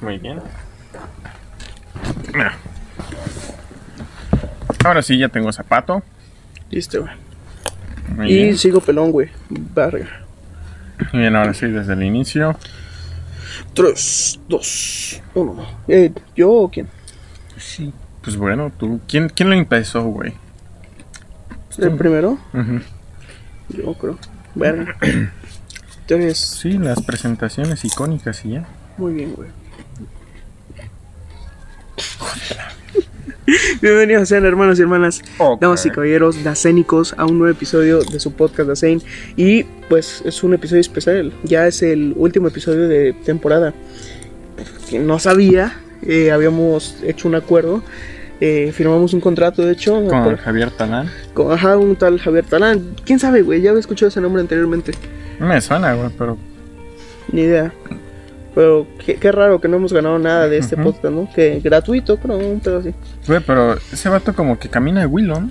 Muy bien. Mira. Ahora sí ya tengo zapato. Listo, güey. Muy Y bien. sigo pelón, güey. Verga. Muy bien, ahora sí desde el inicio. 3, 2, 1. Eh, ¿Yo o quién? Sí. Pues bueno, tú. ¿Quién, quién lo empezó, güey? ¿El primero? Ujú. Yo creo. Verga. Tres. Sí, las presentaciones icónicas y ya. Muy bien, güey. Bienvenidos sean hermanos y hermanas, Ok. damas y caballeros, dacénicos, a un nuevo episodio de su podcast Dacén. Y pues es un episodio especial, ya es el último episodio de temporada. Que no sabía, eh, habíamos hecho un acuerdo, eh, firmamos un contrato de hecho Con por- Javier Talán. con ajá, un tal Javier Talán. ¿Quién sabe, güey? Ya había escuchado ese nombre anteriormente. Me suena, güey, pero Ni idea. Pero qué, qué raro que no hemos ganado nada de este Ujú. podcast, ¿no? Que gratuito, creo, un pedo así. Güey, pero ese vato como que camina de Willow, ¿no?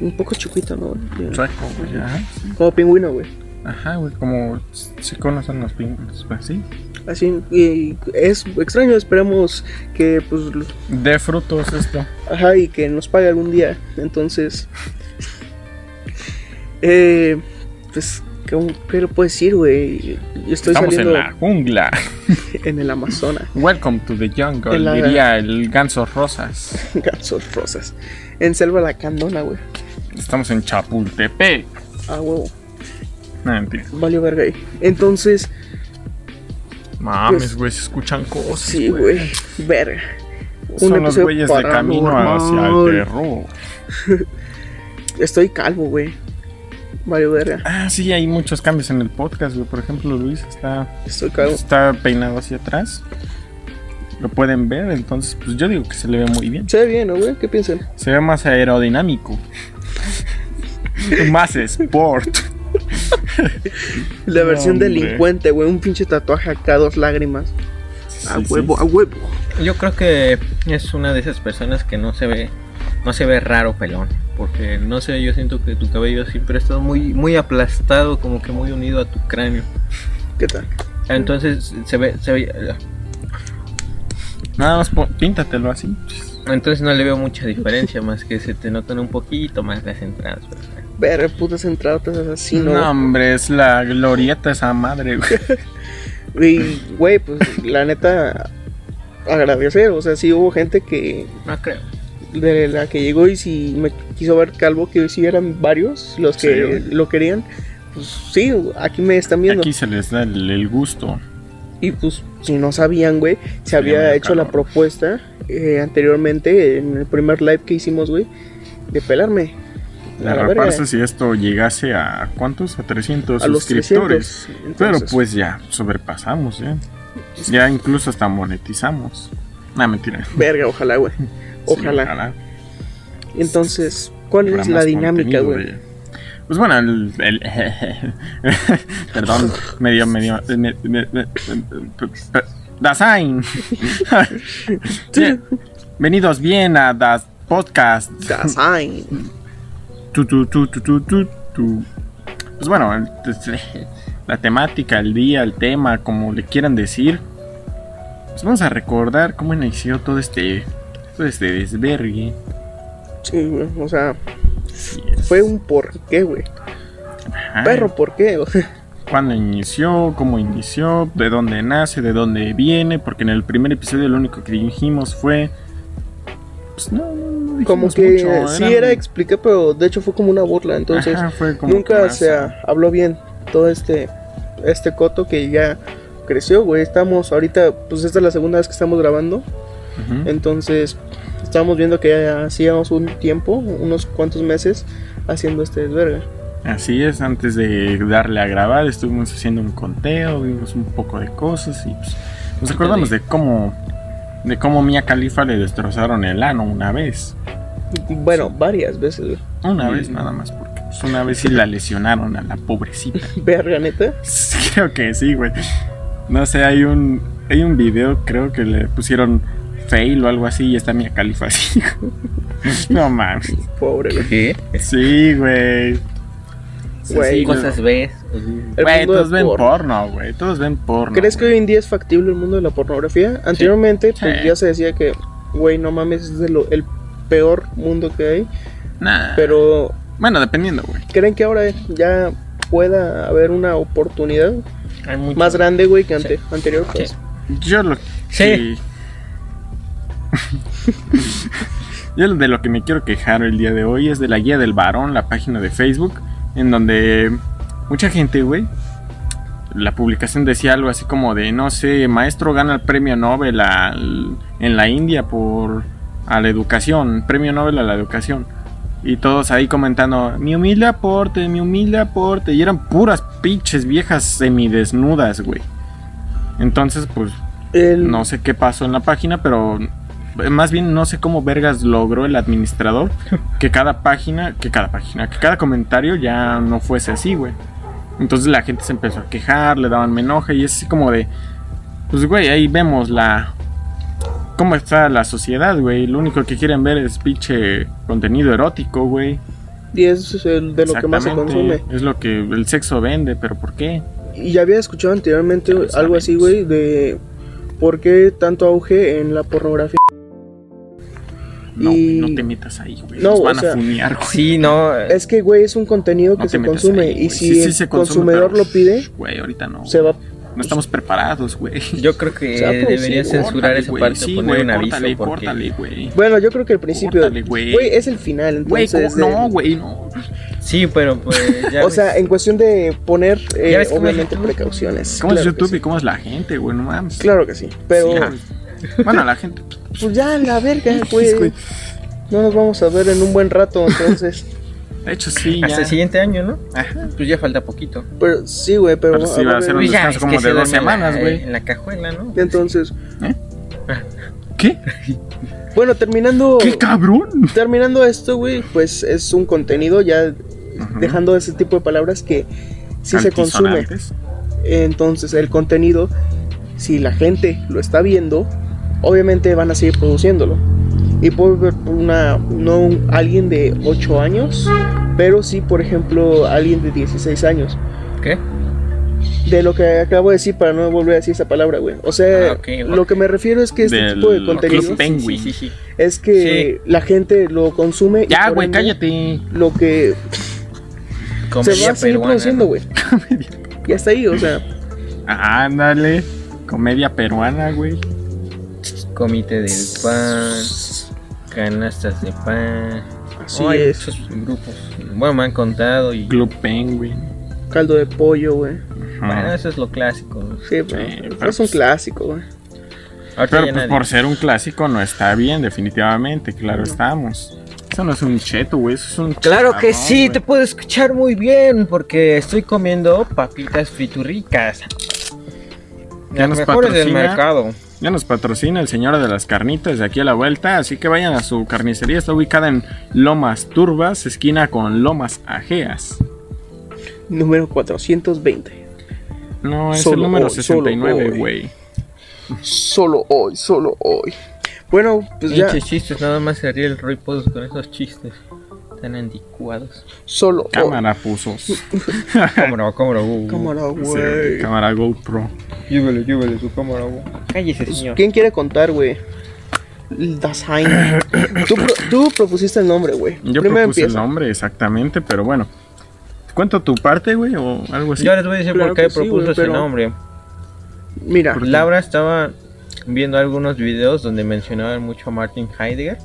Un poco chiquito, ¿no? Chueco, güey. Ajá. Como pingüino, güey. Ajá, güey, como se conocen los pingüinos, pues sí. Así, y es extraño, esperemos que, pues, lo- De frutos esto. ajá, y que nos pague algún día. Entonces, eh, pues, ¿cómo- ¿qué le puedo decir, güey? Yo estoy Estamos saliendo en la jungla. en el Amazonas. Welcome to the jungle, En la- diría el ganso rosas. Gansos rosas. En Selva La Candona, güey. Estamos en Chapultepec. Ah, huevo. No, mentira. Valió verga ahí. Entonces, Mames, Pues- güey, se escuchan cosas. sí, güey. Verga. Son los episodio güeyes de camino hacia el paranormal. terror. Estoy calvo, güey. Valió verga. Ah, sí, hay muchos cambios en el podcast, güey. Por ejemplo, Luis está, Estoy calvo. está peinado hacia atrás. Lo pueden ver, entonces, pues yo digo que se le ve muy bien. Se ve bien, ¿no, güey? ¿Qué piensan? Se ve más aerodinámico. más sport. La No, versión hombre. delincuente, güey. Un pinche tatuaje acá, dos lágrimas. A Sí, sí. huevo, a huevo. Yo creo que es una de esas personas que no se ve, no se ve raro pelón, porque no sé, yo siento que tu cabello siempre ha estado muy, muy aplastado, como que muy unido a tu cráneo. ¿Qué tal? Entonces se ve, se ve, Nada más pon- píntatelo así. entonces no le veo mucha diferencia, más que se te notan un poquito más las entradas. ¿verdad? Verga, putas entradas así, ¿no? no, hombre, es la glorieta esa madre, güey. Y, güey, pues la neta, agradecer. O sea, sí hubo gente que No creo. de la que llegó y si me quiso ver calvo, que si eran varios los Sí, que güey. lo querían, pues sí, aquí me están viendo. Aquí se les da el, el gusto. Y pues si no sabían, güey, se medio había hecho la calor. propuesta eh, anteriormente, en el primer live que hicimos, güey, de pelarme. La A la verga. raparse si esto llegase a ¿cuántos? A 300 A los suscriptores. 300. Pero Entonces, pues ya, sobrepasamos, ya. Ya incluso hasta monetizamos. No, mentira. Sí, Verga, ojalá, güey. Ojalá. Entonces, ¿cuál Habrá es la más dinámica, contenido güey? de- Pues bueno, el. el- perdón, medio, medio. me- me- me- pe- Dasein. Bien, Venidos bien a Das Podcast. Design. Tu, tu, tu, tu, tu, tu, tu. Pues bueno, el- eh, la temática, el día, el tema, como le quieran decir. Pues vamos a recordar cómo inició todo este. Todo este desvergue. Sí, güey. O sea, Sí, fue un porqué, güey. ajá. Perro, ¿por qué? O sea, cuándo inició, cómo inició, de dónde nace, de dónde viene, porque en el primer episodio lo único que dijimos fue. Pues no, no, no dijimos como que mucho, sí era explicar, pero de hecho fue como una burla. Entonces, ajá, fue como que nunca más, se ah, habló bien todo este este coto que ya creció, güey. Estamos ahorita, pues esta es la segunda vez que estamos grabando, ujú. entonces estamos viendo que ya hacíamos un tiempo, unos cuantos meses haciendo este desverga. Así es, antes de darle a grabar, estuvimos haciendo un conteo, vimos un poco de cosas y pues, nos acordamos de cómo. De cómo Mia Khalifa le destrozaron el ano una vez. Bueno, varias veces, güey. Una Mm. vez nada más, porque pues, una vez sí la lesionaron a la pobrecita. verga neta. Creo que sí, güey. No sé, hay un hay un video, creo que le pusieron fail o algo así y está Mia Khalifa así. güey. no mames. Pobre, güey. ¿Qué? Sí, güey. sí, Sí, Güey, cosas ves. El Güey, mundo todos de ven porno. porno, güey. Todos ven porno. ¿Crees que güey. hoy en día es factible el mundo de la pornografía? Anteriormente, pues Sí. ya se decía que, güey, no mames, es de lo- el peor mundo que hay. Nah. Pero, Bueno, dependiendo, güey. ¿creen que ahora ya pueda haber una oportunidad Hay mucho- más grande, güey, que ante, anterior? Pues? Sí. Yo lo. Sí. Yo de lo que me quiero quejar el día de hoy es de la guía del varón, la página de Facebook, en donde mucha gente, güey, la publicación decía algo así como de, no sé, maestro gana el premio Nobel al- en la India por a la educación, premio Nobel a la educación. Y todos ahí comentando, mi humilde aporte, mi humilde aporte. Y eran puras pinches viejas semidesnudas, güey. Entonces, pues, El- no sé qué pasó en la página, pero más bien no sé cómo vergas logró el administrador que cada página, que cada página, que cada comentario ya no fuese así, güey. Entonces la gente se empezó a quejar, le daban menoja y es así como de, pues güey, ahí vemos la cómo está la sociedad, güey. Lo único que quieren ver es pinche contenido erótico, güey. Y es el de lo que más se Exactamente. consume. Es lo que el sexo vende, pero ¿por qué? Y ya había escuchado anterioramente Ya lo algo así, güey, de por qué tanto auge en la pornografía. No, güey, Y- no te metas ahí, güey. No, Nos o van sea, a funear, güey. Sí, no. eh, Es que, güey, es un contenido que No te se metas consume. ahí, güey. y si Sí, sí el se consume, consumidor pero- lo pide, Güey, ahorita no. se va. No estamos preparados, güey. Yo creo que O sea, pues, debería sí, censurar Córtale, esa güey. parte, Sí, poner güey, un aviso. Córtale, porque córtale, güey. Bueno, yo creo que al principio. Córtale, güey. Güey, es el final, Güey, entonces. eh, cór- no, de- güey, no. Sí, pero pues ya. o sea, ves, en cuestión de poner, eh, Ya ves cómo es obviamente, YouTube. precauciones. ¿Cómo es claro que YouTube sí. y cómo es la gente, güey? No mames. Claro que sí. Pero, Sí, güey. bueno, la gente. pues ya, la verga, güey. No nos vamos a ver en un buen rato, entonces. De hecho, sí, ya. hasta el siguiente año, ¿no? Ajá. Pues ya falta poquito. pero sí, güey, pero. Pero sí va a ser un Pues ya, descanso es como que de se dos duerme en la- semanas, güey. En la cajuela, ¿no? Entonces, ¿Qué? bueno, terminando. ¡Qué cabrón! Terminando esto, güey, pues es un contenido ya dejando ese tipo de palabras que sí se consume. Altisonantes. Entonces, el contenido, si la gente lo está viendo, obviamente van a seguir produciéndolo. Y puede ver una, no un- alguien de 8 años, pero sí, por ejemplo, alguien de 16 años. ¿Qué? De lo que acabo de decir, para no volver a decir esa palabra, güey. O sea, Ah, ok, ok. lo que me refiero es que este Del tipo de Club contenido Penguin. Sí, sí, sí. es que la gente lo consume. y Ya, por güey, ende, cállate. Lo que se Comedia va a seguir peruana, produciendo, ¿no? güey. Y hasta ahí, o sea, Ándale. Comedia peruana, güey. Comité del pan, canastas de pan. así Ay, es. Esos grupos. Bueno, me han contado y. Club Penguin. Caldo de pollo, güey. Ajá. Bueno, eso es lo clásico. ¿no? Sí, pero pero es un pues- clásico, güey. Ahorita Pero ya pues nadie. por ser un clásico no está bien, definitivamente, claro estamos. Eso no es un cheto, güey, eso es un Claro que chatarrón, sí, güey. te puedo escuchar muy bien porque estoy comiendo papitas friturricas. Ya Las nos mejores del patrocina. mercado. Ya nos patrocina el señor de las carnitas de aquí a la vuelta, así que vayan a su carnicería, está ubicada en Lomas Turbas, esquina con Lomas Ajeas. Número 420. No, es el Solo número hoy, solo 69, hoy. güey. Solo hoy, solo hoy. Bueno, pues ya, Pinches chistes, nada más se ríe el Roy Pozos con esos chistes tan anticuados. solo hoy. Cámara pusos. Cómo no, cómo no, uh, Cámara, Sí, güey. cámara GoPro. Llévele, llévele su cámara, güey. Cállese, señor. Pues, ¿Quién quiere contar, güey? El Dasein. tú, pro- tú propusiste el nombre, güey. Yo Primero propuse el empieza. nombre exactamente, pero bueno. ¿Te ¿Cuento tu parte, güey, o algo así? Yo les voy a decir Claro por qué que sí, propuso güey, ese pero- nombre. Mira, Laura estaba viendo algunos videos donde mencionaban mucho a Martin Heidegger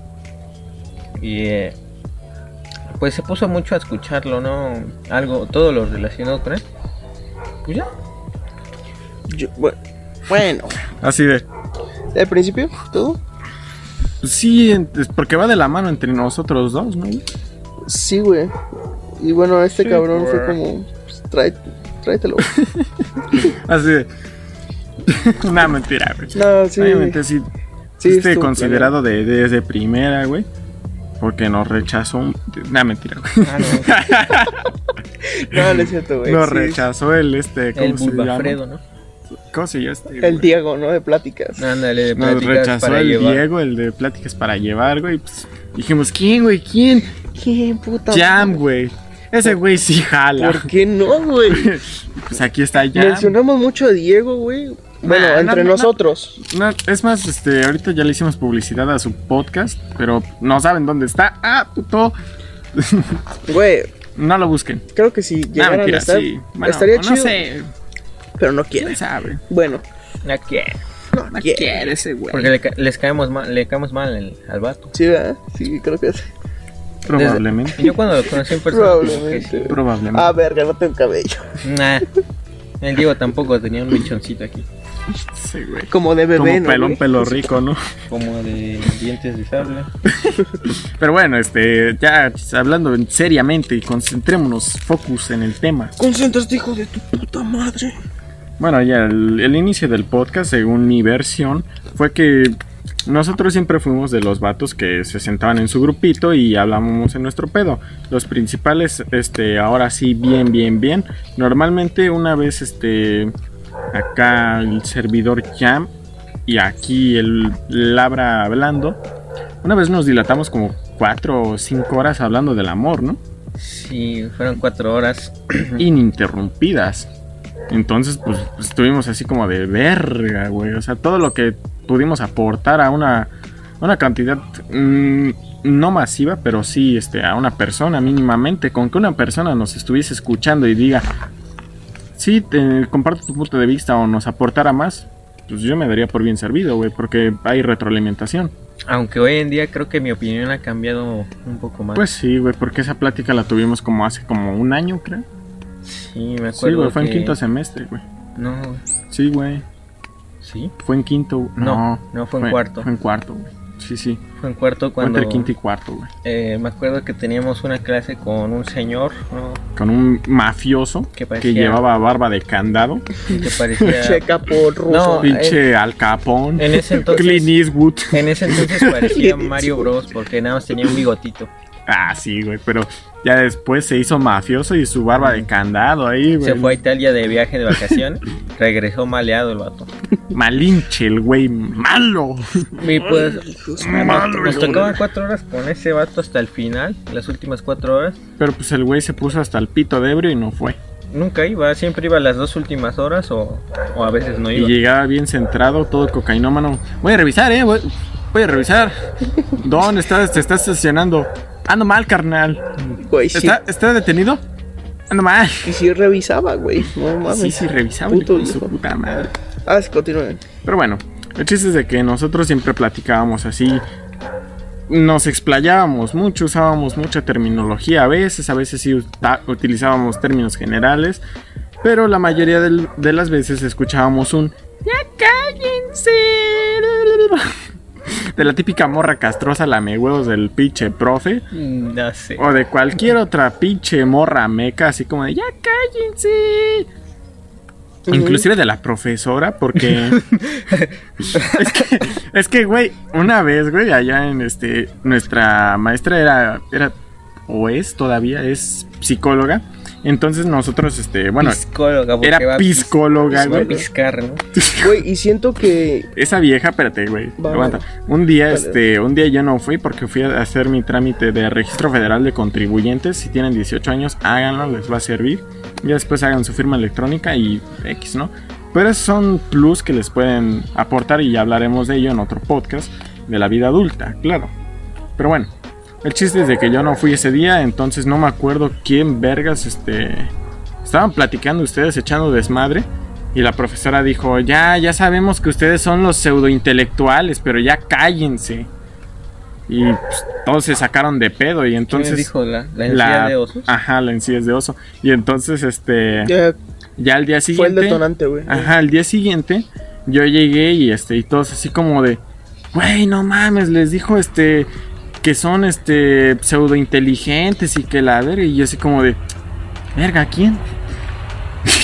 y eh, pues se puso mucho a escucharlo, ¿no? Algo, todo lo relacionado con él. Pues ya. yo- bu- bueno, Así de... ¿el principio? ¿Todo? Pues Sí, en- es porque va de la mano entre nosotros dos, ¿no? güey? Sí, güey. Y bueno, este Sí, cabrón fue güey. como, pues, trae- tráetelo. güey. Así de... Una mentira, güey. No, sí. Obviamente sí, Sí, fuiste estuvo considerado de, desde primera, güey. Porque nos rechazó... un- Una mentira, güey. Ah, no, No, no es cierto, güey. Nos Pues sí. rechazó el este... ¿Cómo el se llama? Bulbafredo, ¿no? ¿Cómo se llama este, El güey? Diego, ¿no? De pláticas. Ándale, de Nos pláticas rechazó para el llevar. Diego, el de pláticas para llevar, güey. Pues, dijimos, ¿quién, güey? ¿Quién? ¿Quién, puta? Jam, güey. Ese güey sí jala. ¿Por qué no, güey? Pues aquí está ya. Mencionamos mucho a Diego, güey. Bueno, Nah, entre no, no, no. nosotros. No, es más, este, ahorita ya le hicimos publicidad a su podcast, pero no saben dónde está. Ah, puto. Güey, No lo busquen. creo que si Ah, llegaran a mentira, estar, sí. Bueno, estaría no chido, sé, pero no quién quieren. sabe. Bueno, No quiere. no, No quieren. quiere ese güey. Porque le, ca- les caemos mal, le caemos mal el- al vato. Sí, ¿verdad? Sí, creo que sí. Probablemente. Yo cuando lo conocí en persona. pues como que sí. Probablemente. güey. Probablemente. Ah, verga, no tengo cabello. Nah. El Diego tampoco tenía un mechoncito aquí. Sí, güey. Como de Como bebé, ¿no, pelón, güey? pelo rico, ¿no? Como de dientes de sable. Pero bueno, este, ya hablando en- seriamente y concentrémonos, focus en el tema. Concéntrate, hijo de tu puta madre. Bueno, ya el, el inicio del podcast, según mi versión, fue que nosotros siempre fuimos de los vatos que se sentaban en su grupito y hablábamos en nuestro pedo. Los principales, este, ahora sí, bien, bien, bien. Normalmente una vez, este, acá el servidor Jam y aquí el Labra hablando, una vez nos dilatamos como cuatro o cinco horas hablando del amor, ¿no? Sí, fueron cuatro horas. ininterrumpidas. Entonces, pues estuvimos así como de verga, güey. O sea, todo lo que pudimos aportar a una, a una cantidad mm, no masiva, pero sí este, a una persona mínimamente. Con que una persona nos estuviese escuchando y diga, sí, te comparto tu punto de vista o nos aportara más, pues yo me daría por bien servido, güey, porque hay retroalimentación. Aunque hoy en día creo que mi opinión ha cambiado un poco más. Pues sí, güey, porque esa plática la tuvimos como hace como un año, creo. sí, me acuerdo. Sí, güey, fue en que- quinto semestre, güey. No, Sí, güey. sí. Fue en quinto. No, No, no, fue en cuarto. Fue en cuarto, güey. Sí, sí. Fue en cuarto Fue cuando. entre quinto y cuarto, güey. eh, me acuerdo que teníamos una clase con un señor, ¿no? Con un mafioso Que que, parecía- llevaba barba de candado. Que parecía. Checa por ruso. No, Pinche Al Capón. en ese entonces- Clint Eastwood. En ese entonces parecía Mario Bros. porque nada más tenía un bigotito. Ah, sí, güey. Pero ya después se hizo mafioso y su barba de candado ahí, güey. Se fue a Italia de viaje de vacación, regresó maleado el vato. Malinche, el güey malo. Y pues nos- Malo, nos hijo de- tocaban cuatro horas con ese vato hasta el final, las últimas cuatro horas. Pero pues el güey se puso hasta el pito de ebrio y no fue. Nunca iba, siempre iba a las dos últimas horas o, o a veces no Y iba. llegaba bien centrado, todo cocainómano. Voy a revisar, eh. Voy, voy a revisar. ¿Dónde estás? Te estás estacionando. Ando mal, carnal. Güey, sí. ¿Está, está detenido? Ando mal. Y sí revisaba, güey. No mames. Sí, sí, revisaba. Puto hijo de su hijo. puta madre. Ah, sí, continúen. Pero bueno, el chiste es de que nosotros siempre platicábamos así. Nos explayábamos mucho, usábamos mucha terminología a veces, a veces sí uta- utilizábamos términos generales, pero la mayoría del- de las veces escuchábamos un ¡Ya cállense! De la típica morra castrosa lamehuevos del pinche profe, Mm, No sé. o de cualquier otra pinche morra meca, así como de ¡Ya cállense! Inclusive de la profesora, porque... es que, es que, güey, una vez, güey, allá en este... Nuestra maestra era... era o es todavía, es psicóloga. Entonces nosotros, este... Bueno, Psicóloga, porque va era a pis- psicóloga, va a güey. piscar, ¿no? Güey, y siento que. Esa vieja, espérate, güey. Va, Aguanta. va. Un día, Vale. este, un día yo no fui porque fui a hacer mi trámite de registro federal de contribuyentes. Si tienen 18 años, háganlo, les va a servir. Ya después hagan su firma electrónica y X, ¿no? Pero esos son plus que les pueden aportar y ya hablaremos de ello en otro podcast de la vida adulta, claro. Pero bueno, el chiste es de que yo no fui ese día, entonces no me acuerdo quién vergas, este, estaban platicando ustedes echando desmadre y la profesora dijo, ya, ya sabemos que ustedes son los pseudointelectuales, pero ya cállense. Y pues, todos se sacaron de pedo y ¿Quién entonces... dijo la, la encía de osos? Ajá, la encía es de oso. Y entonces, este, ya ya al día fue el siguiente... detonante, güey. Ajá, al día siguiente yo llegué y este y todos así como de, güey, no mames, les dijo este que son este pseudo inteligentes y que la verga y yo así como de, verga, ¿quién?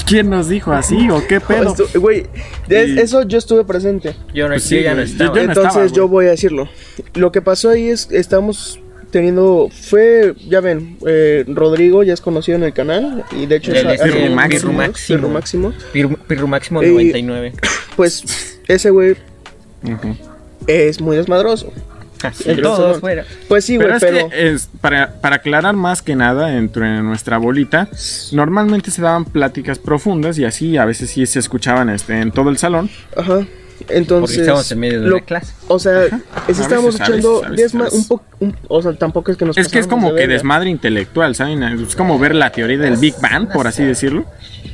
¿Quién nos dijo así o qué pedo? Estu- Güey, de- Y- eso yo estuve presente. Yo, no, Pues sí, yo ya no güey, yo- estaba. yo no- Entonces estaba, güey. yo voy a decirlo. Lo que pasó ahí es, estamos teniendo, fue, ya ven, eh, Rodrigo ya es conocido en el canal y de hecho Le es decía hace Pirru unos Máximo. videos, Máximo. Pirru Máximo. Pirru, Pirru Máximo Ey. 99. Pues ese güey Ujú. es muy desmadroso. Así En es. Todos. todos fuera. Pues sí, güey, Pero pero. es que es, para, para aclarar más que nada dentro de nuestra bolita, normalmente se daban pláticas profundas y así a veces sí se escuchaban este, en todo el salón. Ajá. Porque Entonces. estamos en medio de lo- una clase. O sea, es- A estábamos veces, a echando veces, a diez veces, a más, un veces. poco. O sea, tampoco es que nos Es que es pasáramos como de que verga. desmadre intelectual, ¿saben? Es como ver la teoría del Big Bang, por así decirlo,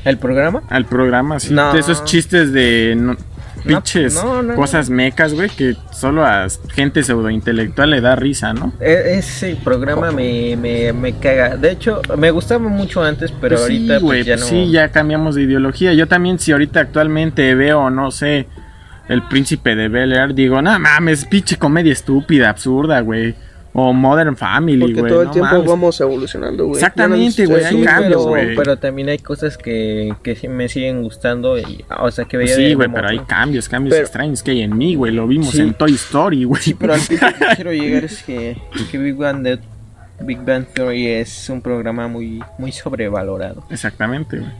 ¿El programa? al programa, así. No. De esos chistes de no- pinches no, no, no. cosas mecas, güey, que solo a gente pseudointelectual le da risa, ¿no? E- ese programa me, me, me caga. De hecho, me gustaba mucho antes, pero Pues ahorita sí, güey, pues, ya no. pues sí, ya cambiamos de ideología. Yo también, si ahorita actualmente veo, no sé, el príncipe de Bel Air, digo, no mames, pinche comedia estúpida, absurda, güey. O Modern Family, Porque güey. todo el no tiempo mames. vamos evolucionando, güey. Exactamente, Ya no güey, nos- hay Sí, sí, cambios, pero, güey. pero también hay cosas que, que sí me siguen gustando. y- o sea, que veía Pues Sí, de- güey, como- pero hay cambios, cambios Pero- extraños que hay en mí, güey. Lo vimos Sí. en Toy Story, güey. Sí, pero al punto que quiero llegar es que, que Big, Bang The- Big Bang Theory es un programa muy, muy sobrevalorado. Exactamente, güey.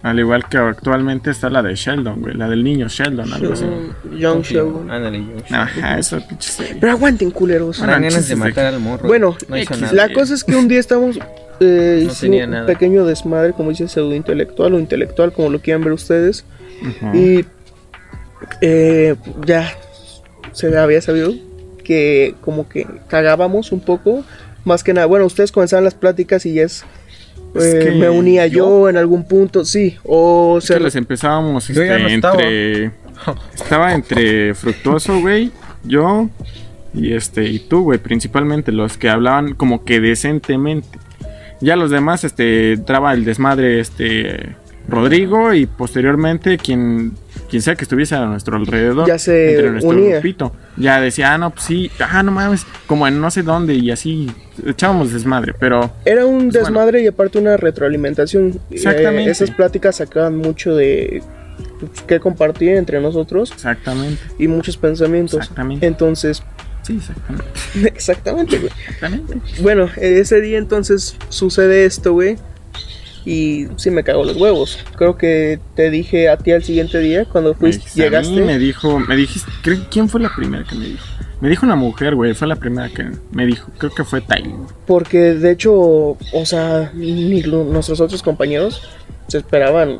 Al igual que actualmente está la de Sheldon, güey. La del niño Sheldon, algo así. Mm, Young Show. Ándale, yo- Ajá, eso, pinche serie. Pero aguanten, culeros. Me dan ganas de chistes de- matar al morro. Bueno, no hizo X, nada. La cosa es que un día estamos. Eh, No hicimos tenía un nada. pequeño desmadre, como dicen, pseudo intelectual o intelectual, como lo quieran ver ustedes. Ujú. Y eh, ya se había sabido que como que cagábamos un poco. Más que nada, bueno, ustedes comenzaban las pláticas y ya es... Es eh, que me unía yo, yo- en algún punto, sí. O Es que sea, las empezábamos Yo ya este, no estaba. entre. Estaba entre Fructuoso, güey, yo y este y tú, güey, principalmente los que hablaban como que decentemente. Ya los demás este entraba el desmadre este Rodrigo y posteriormente quien quien sea que estuviese a nuestro alrededor Ya se entre nuestro unía. grupito. Ya decía, "Ah, no, pues sí, ah, no mames, como en no sé dónde" y así echábamos desmadre, pero Era Pues un bueno. desmadre y aparte una retroalimentación. Eh, Exactamente. esas pláticas sacaban mucho de pues, qué compartir entre nosotros exactamente, y muchos pensamientos. Exactamente. Entonces, sí, exactamente, exactamente, güey. exactamente. Bueno, ese día entonces sucede esto, güey. Y sí me cago en los huevos. Creo que te dije a ti al siguiente día cuando fuiste, Pues, A mí llegaste. me dijo, me dijiste, creo- ¿quién fue la primera que me dijo? Me dijo una mujer, güey, fue la primera que me dijo, creo que fue Tyler. Porque de hecho, o sea, ni lo- nuestros otros compañeros se esperaban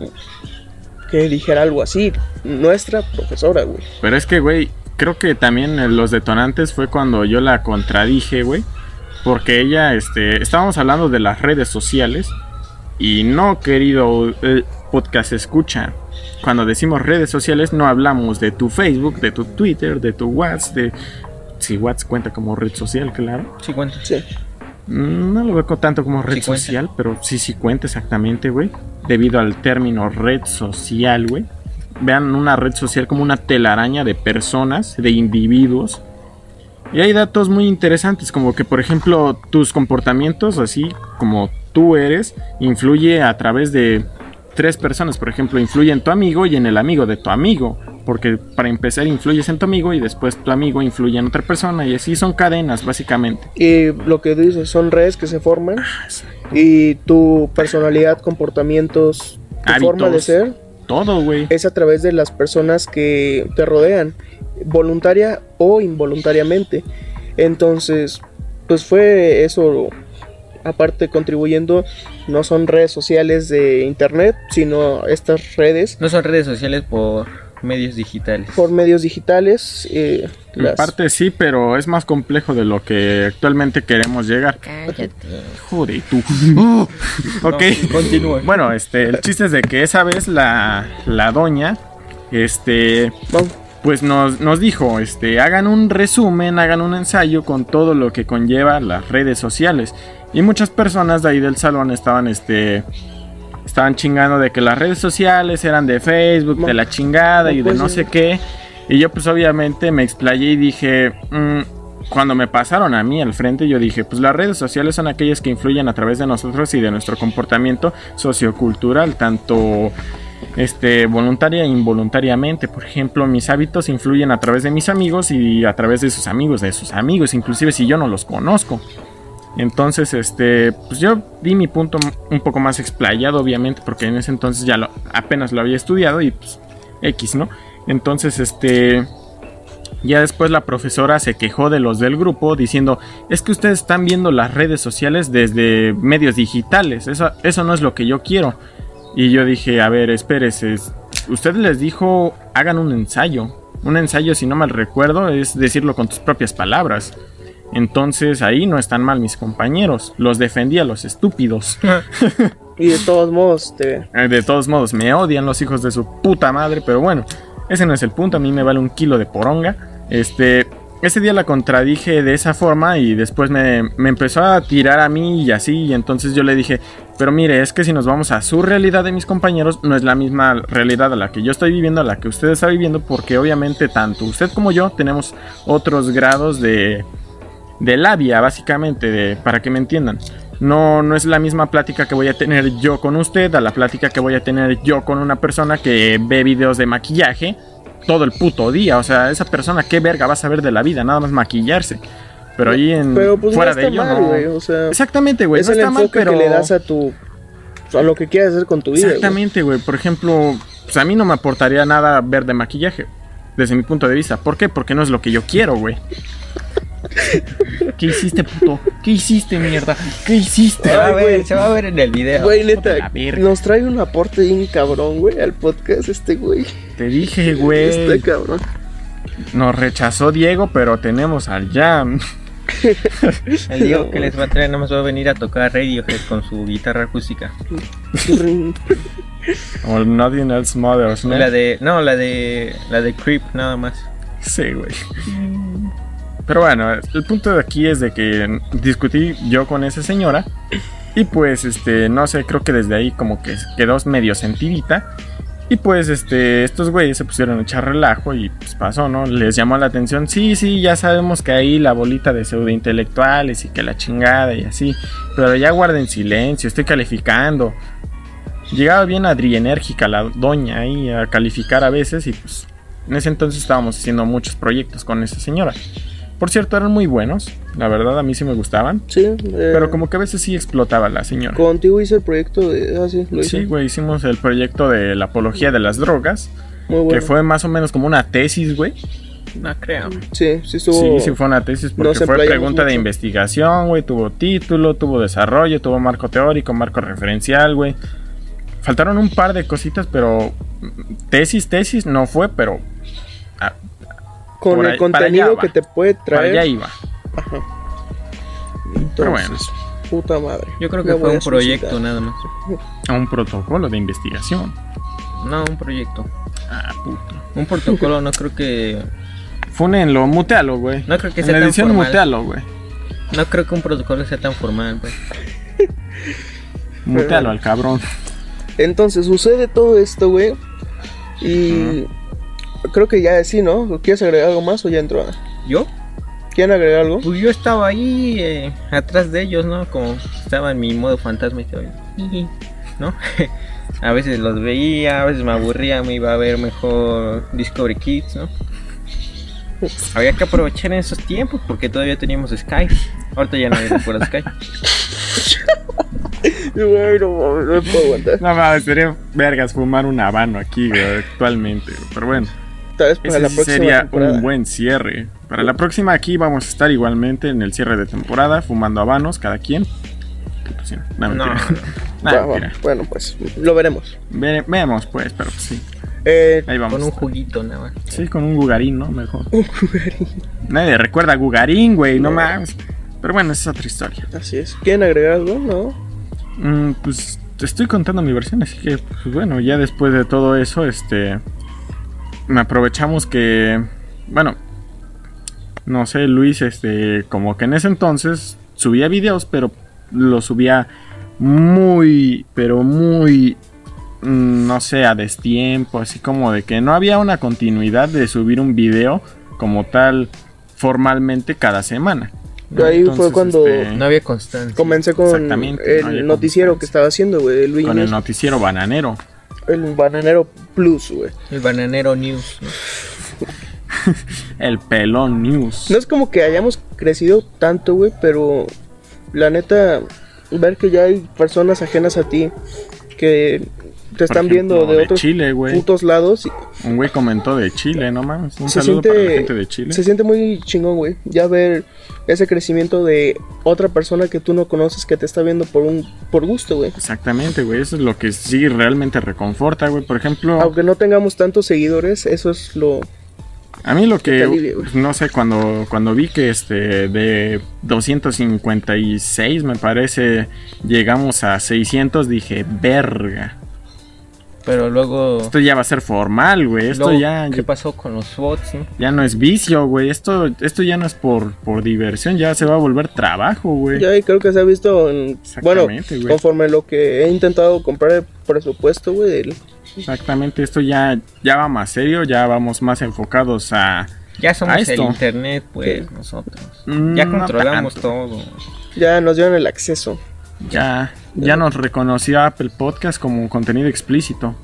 que dijera algo así. Nuestra profesora, güey. Pero es que, güey, creo que también eh, los detonantes fue cuando yo la contradije, güey, porque ella, este, estábamos hablando de las redes sociales y no, querido eh, podcast escucha, cuando decimos redes sociales no hablamos de tu Facebook, de tu Twitter, de tu WhatsApp, de... Si WhatsApp cuenta como red social, claro. Sí, cuenta. Sí. Mm, No lo veo co- tanto como red Sí cuenta. social, pero sí, sí cuenta exactamente, güey. Debido al término red social, güey. Vean una red social como una telaraña de personas, de individuos. Y hay datos muy interesantes, como que, por ejemplo, tus comportamientos, así como tú eres, influye a través de tres personas. Por ejemplo, influye en tu amigo y en el amigo de tu amigo. Porque para empezar influyes en tu amigo y después tu amigo influye en otra persona. Y así son cadenas, básicamente. Y lo que dices son redes que se forman Ah, y tu personalidad, comportamientos, tu Hábitos. forma de ser Todo, güey. es a través de las personas que te rodean, voluntaria o involuntariamente. Entonces, pues fue eso aparte contribuyendo no son redes sociales de internet, sino estas redes No son redes sociales por medios digitales. por medios digitales eh, En las- parte sí, pero es más complejo de lo que actualmente queremos llegar. Cállate. Joder, tú. ok. Continúa. Bueno, este, el chiste es de que esa vez la, la doña, este, Vamos. pues nos, nos dijo, este, hagan un resumen, hagan un ensayo con todo lo que conlleva las redes sociales. Y muchas personas de ahí del salón estaban, este, estaban chingando de que las redes sociales eran de Facebook, No. de la chingada No, y de pues, no sí. sé qué. Y yo pues obviamente me explayé y dije, mm, cuando me pasaron a mí al frente, yo dije, pues las redes sociales son aquellas que influyen a través de nosotros y de nuestro comportamiento sociocultural, tanto este, voluntaria e involuntariamente. Por ejemplo, mis hábitos influyen a través de mis amigos y a través de sus amigos, de sus amigos, inclusive si yo no los conozco. Entonces, este, pues yo di mi punto un poco más explayado, obviamente, porque en ese entonces ya lo, apenas lo había estudiado y pues X, ¿no? Entonces, este, Ya después la profesora se quejó de los del grupo diciendo, es que ustedes están viendo las redes sociales desde medios digitales, eso, eso no es lo que yo quiero. Y yo dije, a ver, espérese, usted les dijo, hagan un ensayo. Un ensayo, si no mal recuerdo, es decirlo con tus propias palabras. Entonces ahí no están mal mis compañeros, los defendí a los estúpidos. Y de todos modos, te... Eh, de todos modos, me odian los hijos de su puta madre, pero bueno, ese no es el punto, a mí me vale un kilo de poronga. Este, ese día la contradije de esa forma y después me, me empezó a tirar a mí y así, y entonces yo le dije, pero mire, es que si nos vamos a su realidad de mis compañeros, no es la misma realidad a la que yo estoy viviendo, a la que usted está viviendo, porque obviamente tanto usted como yo tenemos otros grados de, de labia, básicamente, de- para que me entiendan. No, no es la misma plática que voy a tener yo con usted a la plática que voy a tener yo con una persona que ve videos de maquillaje todo el puto día. O sea, esa persona, ¿qué verga va a saber de la vida? Nada más maquillarse. Pero ahí en. Pero pues fuera no de está ello, mal, no. güey, o sea, Exactamente, güey. es no el está mal, enfoque pero- que le das a tu... pues, A lo que quieras hacer con tu vida, güey. Exactamente, güey. Por ejemplo, pues a mí no me aportaría nada ver de maquillaje. Desde mi punto de vista. ¿Por qué? Porque no es lo que yo quiero, güey. ¿Qué hiciste, puto? ¿Qué hiciste, mierda? ¿Qué hiciste? Se va, a Ay, ver, güey. se va a ver en el video. Güey, la neta, verga. nos trae un aporte bien cabrón, güey, al podcast este güey. Te dije, Está güey. cabrón. Nos rechazó Diego, pero tenemos al Jam. El Diego que les va a traer nada más va a venir a tocar Radiohead con su guitarra acústica. Rin. O Nothing Else Mothers, ¿no? La de, no, la de, la de Creep nada más. Sí, güey. Pero bueno, el punto de aquí es de que discutí yo con esa señora y pues este, no sé, creo que desde ahí como que quedó medio sentidita y pues este, estos güeyes se pusieron a echar relajo y pues pasó, ¿no? Les llamó la atención, sí, sí, ya sabemos que ahí la bolita de pseudo intelectuales y que la chingada y así, pero ya guarden silencio, estoy calificando. Llegaba bien adrienérgica la doña ahí a calificar a veces y pues en ese entonces estábamos haciendo muchos proyectos con esa señora. Por cierto, eran muy buenos. La verdad, a mí sí me gustaban. Sí, eh, Pero como que a veces sí explotaba la señora. Contigo hice el proyecto de... Ah, sí, lo hice. Sí, güey, hicimos el proyecto de la apología de las drogas. Muy bueno. Que fue más o menos como una tesis, güey. No creo. Sí, sí estuvo... Sí, sí fue una tesis porque Nos fue explayamos pregunta de mucho. investigación, güey. Tuvo título, tuvo desarrollo, tuvo marco teórico, marco referencial, güey. Faltaron un par de cositas, pero mm, tesis, tesis no fue, pero Con por el ahí- para allá contenido va. que te puede para allá traer. iba. Entonces, Pero bueno. Puta madre. Yo creo que Me fue voy un a suicidar. proyecto nada más. A un protocolo de investigación. No, un proyecto. Ah, puto. Un protocolo no creo que Funenlo, mutealo, güey. No creo que en sea la tan edición formal. mutealo, güey. no creo que un protocolo sea tan formal, pues. Mutealo al cabrón. Entonces sucede todo esto, güey. Y creo que ya sí, ¿no? ¿Quieres agregar algo más o ya entró? ¿Yo? ¿Quieren agregar algo? Pues yo estaba ahí eh, atrás de ellos, ¿no? Como estaba en mi modo fantasma y estaba ahí, ¿no? a veces los veía, a veces me aburría, me iba a ver mejor Discovery Kids, ¿no? Había que aprovechar en esos tiempos porque todavía teníamos Skype. Ahorita ya nadie recuerda Skype. Güey, no, mames, no me puedo aguantar. No mames, sería vergas fumar un habano aquí, güey, actualmente. güey. Pero bueno, Tal vez para ese la sí próxima sería temporada. un buen cierre. Para la próxima aquí vamos a estar igualmente en el cierre de temporada, fumando habanos cada quien. Puto, sí, No, No, mentira. Va, No, va. mentira. Bueno, pues lo veremos. Vere- Vemos, pues, pero pues, sí. Eh, Ahí vamos. Con un juguito nada más. Sí, con un gugarín, ¿no? Mejor. Nadie recuerda a gugarín, güey, no No. mames. Pero bueno, esa es otra historia. así es. ¿Quieren agregar algo? No. Mm, pues te estoy contando mi versión, así que pues, bueno, ya después de todo eso, este, me aprovechamos que, bueno, no sé, Luis, este, como que en ese entonces subía videos, pero los subía muy, pero muy, mm, no sé, a destiempo, así como de que no había una continuidad de subir un video como tal formalmente cada semana. Pero ahí fue Entonces, este, cuando No había constancia. Comencé con Exactamente, no había el noticiero constancia. que estaba haciendo, güey, de Luis con el News, noticiero bananero. el, bananero plus, güey. El bananero news, ¿no? El pelón news. No es como que hayamos crecido tanto, güey, pero la neta, ver que ya hay personas ajenas a ti que te están viendo de, otro otros Chile, güey. putos lados. y Un güey comentó de Chile, no mames. Un se saludo siente, para la gente de Chile. se siente muy chingón, güey. Ya ver ese crecimiento de otra persona que tú no conoces que te está viendo por un por gusto, güey. Exactamente, güey. Eso es lo que sí realmente reconforta, güey. Por ejemplo, Aunque no tengamos tantos seguidores, eso es lo a mí lo que, te alivia, güey. no sé, cuando, cuando vi que este de 256, me parece, llegamos a 600, dije, verga. Pero luego, Esto ya va a ser formal, güey. Esto luego, ya, ¿qué pasó con los bots? no? ya no es vicio, güey. Esto, esto ya no es por, por diversión, ya se va a volver trabajo, güey. Ya, y creo que se ha visto en. Bueno, Exactamente, güey. conforme lo que he intentado comprar el presupuesto, güey. el- Exactamente, esto ya, ya va más serio, ya vamos más enfocados a... Ya somos el esto. internet, pues, Sí. nosotros. Mm, Ya no controlamos tanto. todo. Ya nos dieron el acceso. Ya, ya nos reconoció Apple Podcast como un contenido explícito.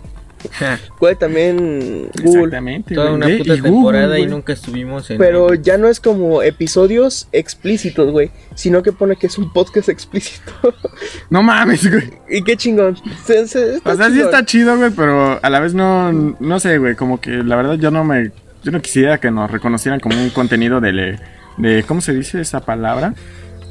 Ja, Güey, también Google. Exactamente. Toda Este, güey. una Ve, puta y Google, temporada y güey. nunca estuvimos en. Pero ya no es como episodios explícitos, güey. Sino que pone que es un podcast explícito. No mames, güey. y qué chingón. Se- se- está O sea, sí chingón. está chido, güey, pero a la vez no, no sé, güey, como que la verdad yo no me... Yo no quisiera que nos reconocieran como un contenido de... le- de ¿Cómo se dice esa palabra?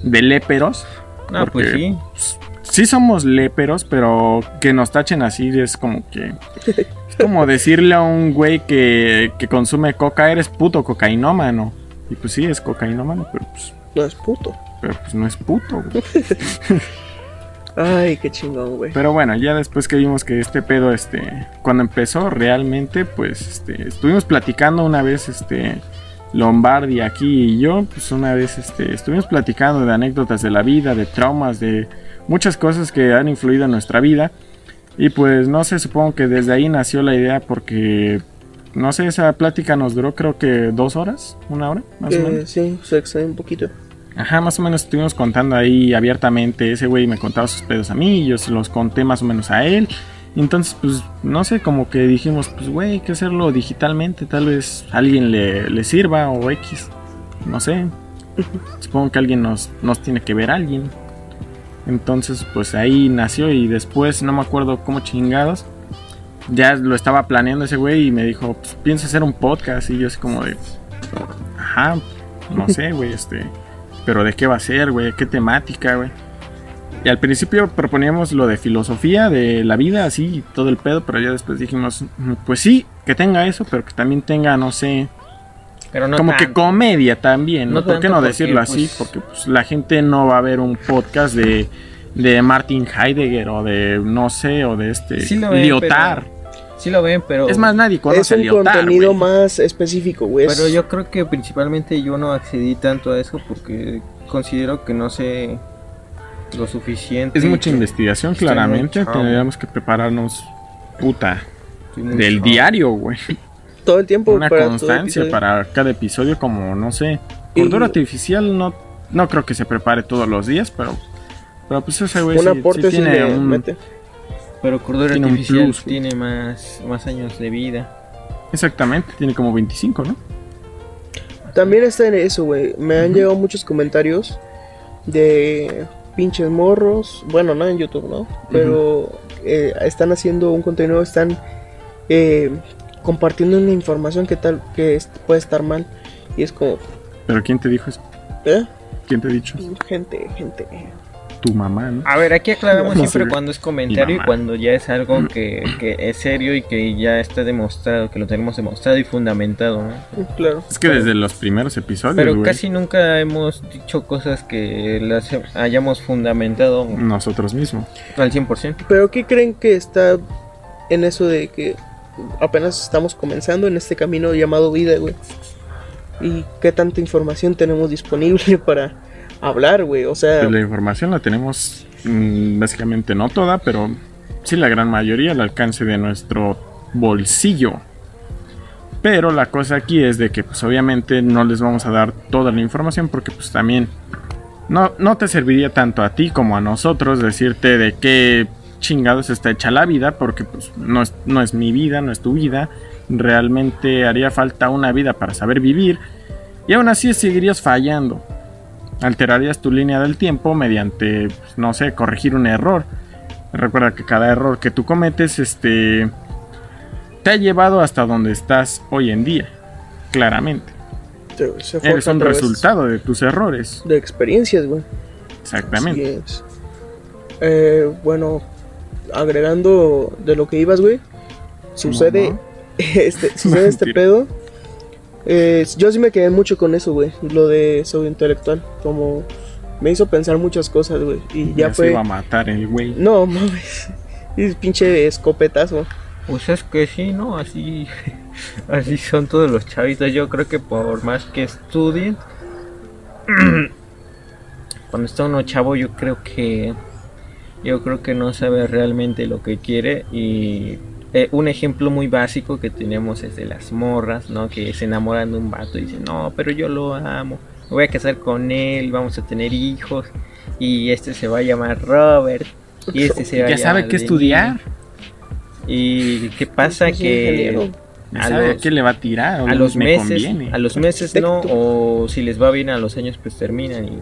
De léperos. No, pues porque- sí. sí somos léperos, pero que nos tachen así es como que. Es como decirle a un güey que, que consume coca, eres puto cocainómano. Y pues sí, es cocainómano, pero pues, No es puto. pero pues no es puto, güey. Ay, qué chingón, güey. Pero bueno, ya después que vimos que este pedo, este, cuando empezó realmente, pues, este, estuvimos platicando una vez, este, Lombardi aquí y yo, pues una vez, este, estuvimos platicando de anécdotas de la vida, de traumas, de muchas cosas que han influido en nuestra vida. Y pues, no sé, supongo que desde ahí nació la idea porque, no sé, esa plática nos duró creo que dos horas, una hora, más o Eh, menos. sí, se excede un poquito. Ajá, más o menos estuvimos contando ahí abiertamente. Ese güey me contaba sus pedos a mí, yo se los conté más o menos a él. Entonces, pues, no sé, como que dijimos, pues, güey, hay que hacerlo digitalmente. Tal vez a alguien le, le sirva o X. No sé. Supongo que alguien nos, nos tiene que ver alguien. Entonces, pues ahí nació y después, no me acuerdo cómo chingados. Ya lo estaba planeando ese güey y me dijo, pues, pienso hacer un podcast. Y yo así como de, ajá, no sé, güey, este pero de qué va a ser, güey, qué temática, güey. Y al principio proponíamos lo de filosofía, de la vida, así, y todo el pedo, pero ya después dijimos, "Mm, pues sí, que tenga eso, pero que también tenga, no sé, Pero no como que tanto. comedia también, ¿no? No ¿Por qué tanto no porque, decirlo así? pues- Porque pues, la gente no va a ver un podcast de, de Martin Heidegger o de, no sé, o de este, Sí lo ve, Lyotard. Sí lo ven, pero. Es más, nadie conoce Es un a Lyotard, contenido güey. más específico, güey. Es- Pero yo creo que principalmente yo no accedí tanto a eso porque considero que no sé lo suficiente. Es mucha Que investigación, Estoy muy claramente, chavo. tendríamos que prepararnos, puta, estoy muy del chavo. diario, güey. Todo el tiempo. una para todo constancia episodio. para cada episodio, como no sé. Y- Cordura artificial no, no creo que se prepare todos los días, pero. Pero pues ese güey Un sí- sí aporte sí tiene le un- mete. Pero Cordura Tiene un Artificial plus, güey. tiene más, más años de vida. Exactamente, tiene como 25, ¿no? También está en eso, güey. Me han llegado muchos comentarios de pinches morros. Bueno, no en YouTube, ¿no? Pero eh, están haciendo un contenido, están eh, compartiendo una información que tal que es- puede estar mal. Y es como, Pero ¿quién te dijo eso? ¿eh? ¿Quién te ha dicho? Gente, gente. Tu mamá, ¿no? A ver, aquí aclaramos No siempre sé. cuando es comentario y, mamá. cuando ya es algo que, que es serio y que ya está demostrado, que lo tenemos demostrado y fundamentado, ¿no? Claro. Es que desde los primeros episodios, Pero güey, casi nunca hemos dicho cosas que las he- hayamos fundamentado Mm. Nosotros mismos. al 100%. Pero ¿qué creen que está en eso de que apenas estamos comenzando en este camino llamado vida, güey? ¿Y qué tanta información tenemos disponible para hablar, güey? O sea, Pues la información la tenemos mm, básicamente no toda, pero sí la gran mayoría al alcance de nuestro bolsillo. Pero la cosa aquí es de que pues obviamente no les vamos a dar toda la información porque pues también no, no te serviría tanto a ti como a nosotros decirte de qué chingados está hecha la vida porque pues no es, no es mi vida, no es tu vida. Realmente haría falta una vida para saber vivir y aún así seguirías fallando alterarías tu línea del tiempo mediante, pues, no sé, corregir un error. Recuerda que cada error que tú cometes, este, te ha llevado hasta donde estás hoy en día, claramente. Se- se forja Eres un a través resultado de tus errores, De experiencias, güey. exactamente. Así es. Eh, bueno, agregando de lo que ibas, güey, sucede, no? este, sucede este Mentira. pedo. Eh, yo sí me quedé mucho con eso, güey, lo de pseudointelectual, como me hizo pensar muchas cosas, güey, y ya, Ya se fue... iba a matar el güey. No, mames, es pinche escopetazo. Pues es que sí, ¿no? Así, así son todos los chavitos. Yo creo que por más que estudien, cuando está uno chavo, yo creo que, yo creo que no sabe realmente lo que quiere y eh, un ejemplo muy básico que tenemos es de las morras, ¿no? Que se enamoran de un vato y dicen, no, pero yo lo amo, me voy a casar con él, vamos a tener hijos y este se va a llamar Robert y este se va a Ya sabe llamar qué Denis". estudiar, ¿Y qué pasa? Pinche Pues, ingeniero. Que ya a sabe a los- qué le va a tirar, o a los me meses, conviene. a los meses no, o si les va bien a los años, pues terminan y,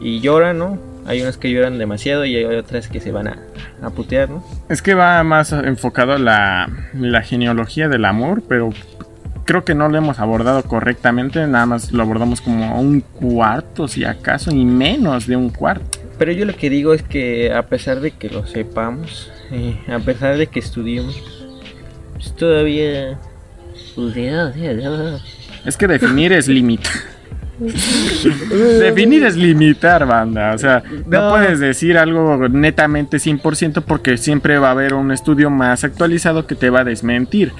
y lloran, ¿no? Hay unas que lloran demasiado y hay otras que se van a, a putear, ¿no? Es que va más enfocado a la, la genealogía del amor, pero creo que no lo hemos abordado correctamente, nada más lo abordamos como a un cuarto, si acaso, y menos de un cuarto. Pero yo lo que digo es que a pesar de que lo sepamos, eh, a pesar de que estudiemos, pues todavía... pues, Es que definir es limitar. definir es limitar, banda. O sea, no, No. puedes decir algo netamente 100% porque siempre va a haber un estudio más actualizado que te va a desmentir.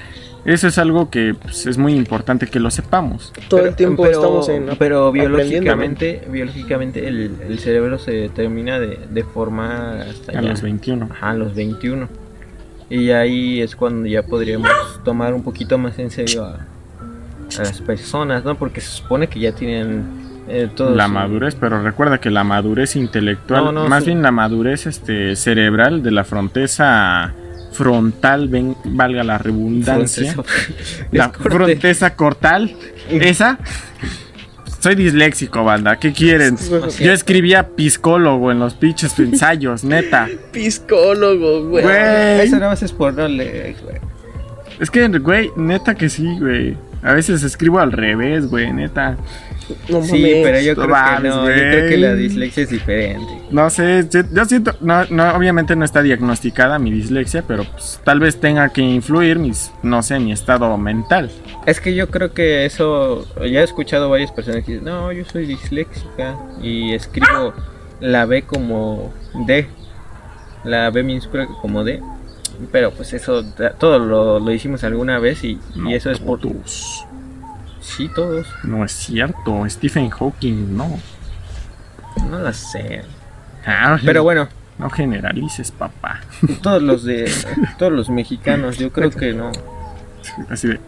Eso es algo que pues, es muy importante que lo sepamos. Todo Pero- el tiempo pero- estamos en... Pero aprendiendo, güey. biológicamente, biológicamente el, el cerebro se termina de, de formar hasta A ya- los 21. Ajá, a los 21. Y ahí es cuando ya podríamos tomar un poquito más en serio a, a las personas, ¿no? Porque se supone que ya tienen eh, todo La su- madurez, pero recuerda que la madurez intelectual, No, no, más su- bien la madurez este, cerebral de la fronteza frontal, ven- valga la redundancia, Entonces, la es corte. fronteza cortal, esa. Soy disléxico, banda, ¿qué quieren? Así Yo es. escribía piscólogo en los pinches ensayos, neta. Piscólogo, güey. Güey. Eso nada más es por no leer, güey. Es que, güey, neta que sí, güey. A veces escribo al revés, güey, neta. No Sí, mames. pero yo creo que mames, no. Yo creo que la güey. dislexia es diferente. No sé, si- yo siento, no, no, obviamente no está diagnosticada mi dislexia, pero pues, tal vez tenga que influir mis, no sé, mi estado mental. Es que yo creo que eso, ya he escuchado varias personas que dicen, no, yo soy disléxica y escribo la B como D, la B minúscula como D, pero pues eso, da- todo lo, lo hicimos alguna vez y, y No, eso es por... todos. Sí, todos, Pues, No es cierto, Stephen Hawking, no. no la sé. Ah, Pero bueno, No generalices, papá. todos los de, todos los mexicanos, yo creo que no. Así de.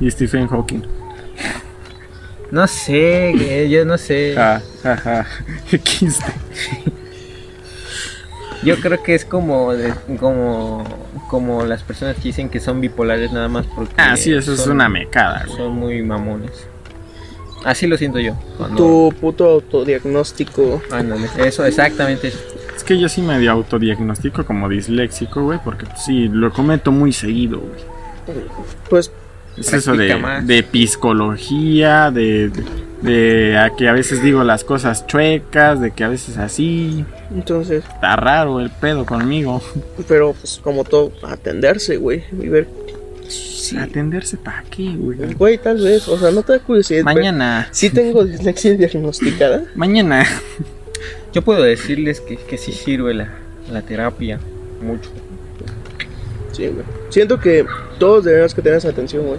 Y Stephen Hawking. No sé, güey, yo no sé. Ja, Ah, ja, ja. XD. Yo creo que es como, de- como, como las personas que dicen que son bipolares nada más porque... Ah, sí, eso es son- una mecada, güey. Son muy mamones. Así lo siento yo. cuando- Tu puto autodiagnóstico. Ándale, eso, exactamente. Es que yo sí me autodiagnostico como disléxico, güey, porque pues, sí, lo cometo muy seguido, güey. Pues Es eso de, Practica más. de psicología, de, de, de a que a veces digo las cosas chuecas, de que a veces así. Entonces, Está raro el pedo conmigo. pero pues como todo, atenderse, güey. Y ver. Sí. Atenderse para qué, güey. Güey, tal vez. O sea, no te da curiosidad. pero Mañana, Sí tengo dislexia diagnosticada. mañana. Yo puedo decirles que, que sí sirve la, la terapia mucho. Sí, güey. Siento que todos debemos que tener esa atención, güey.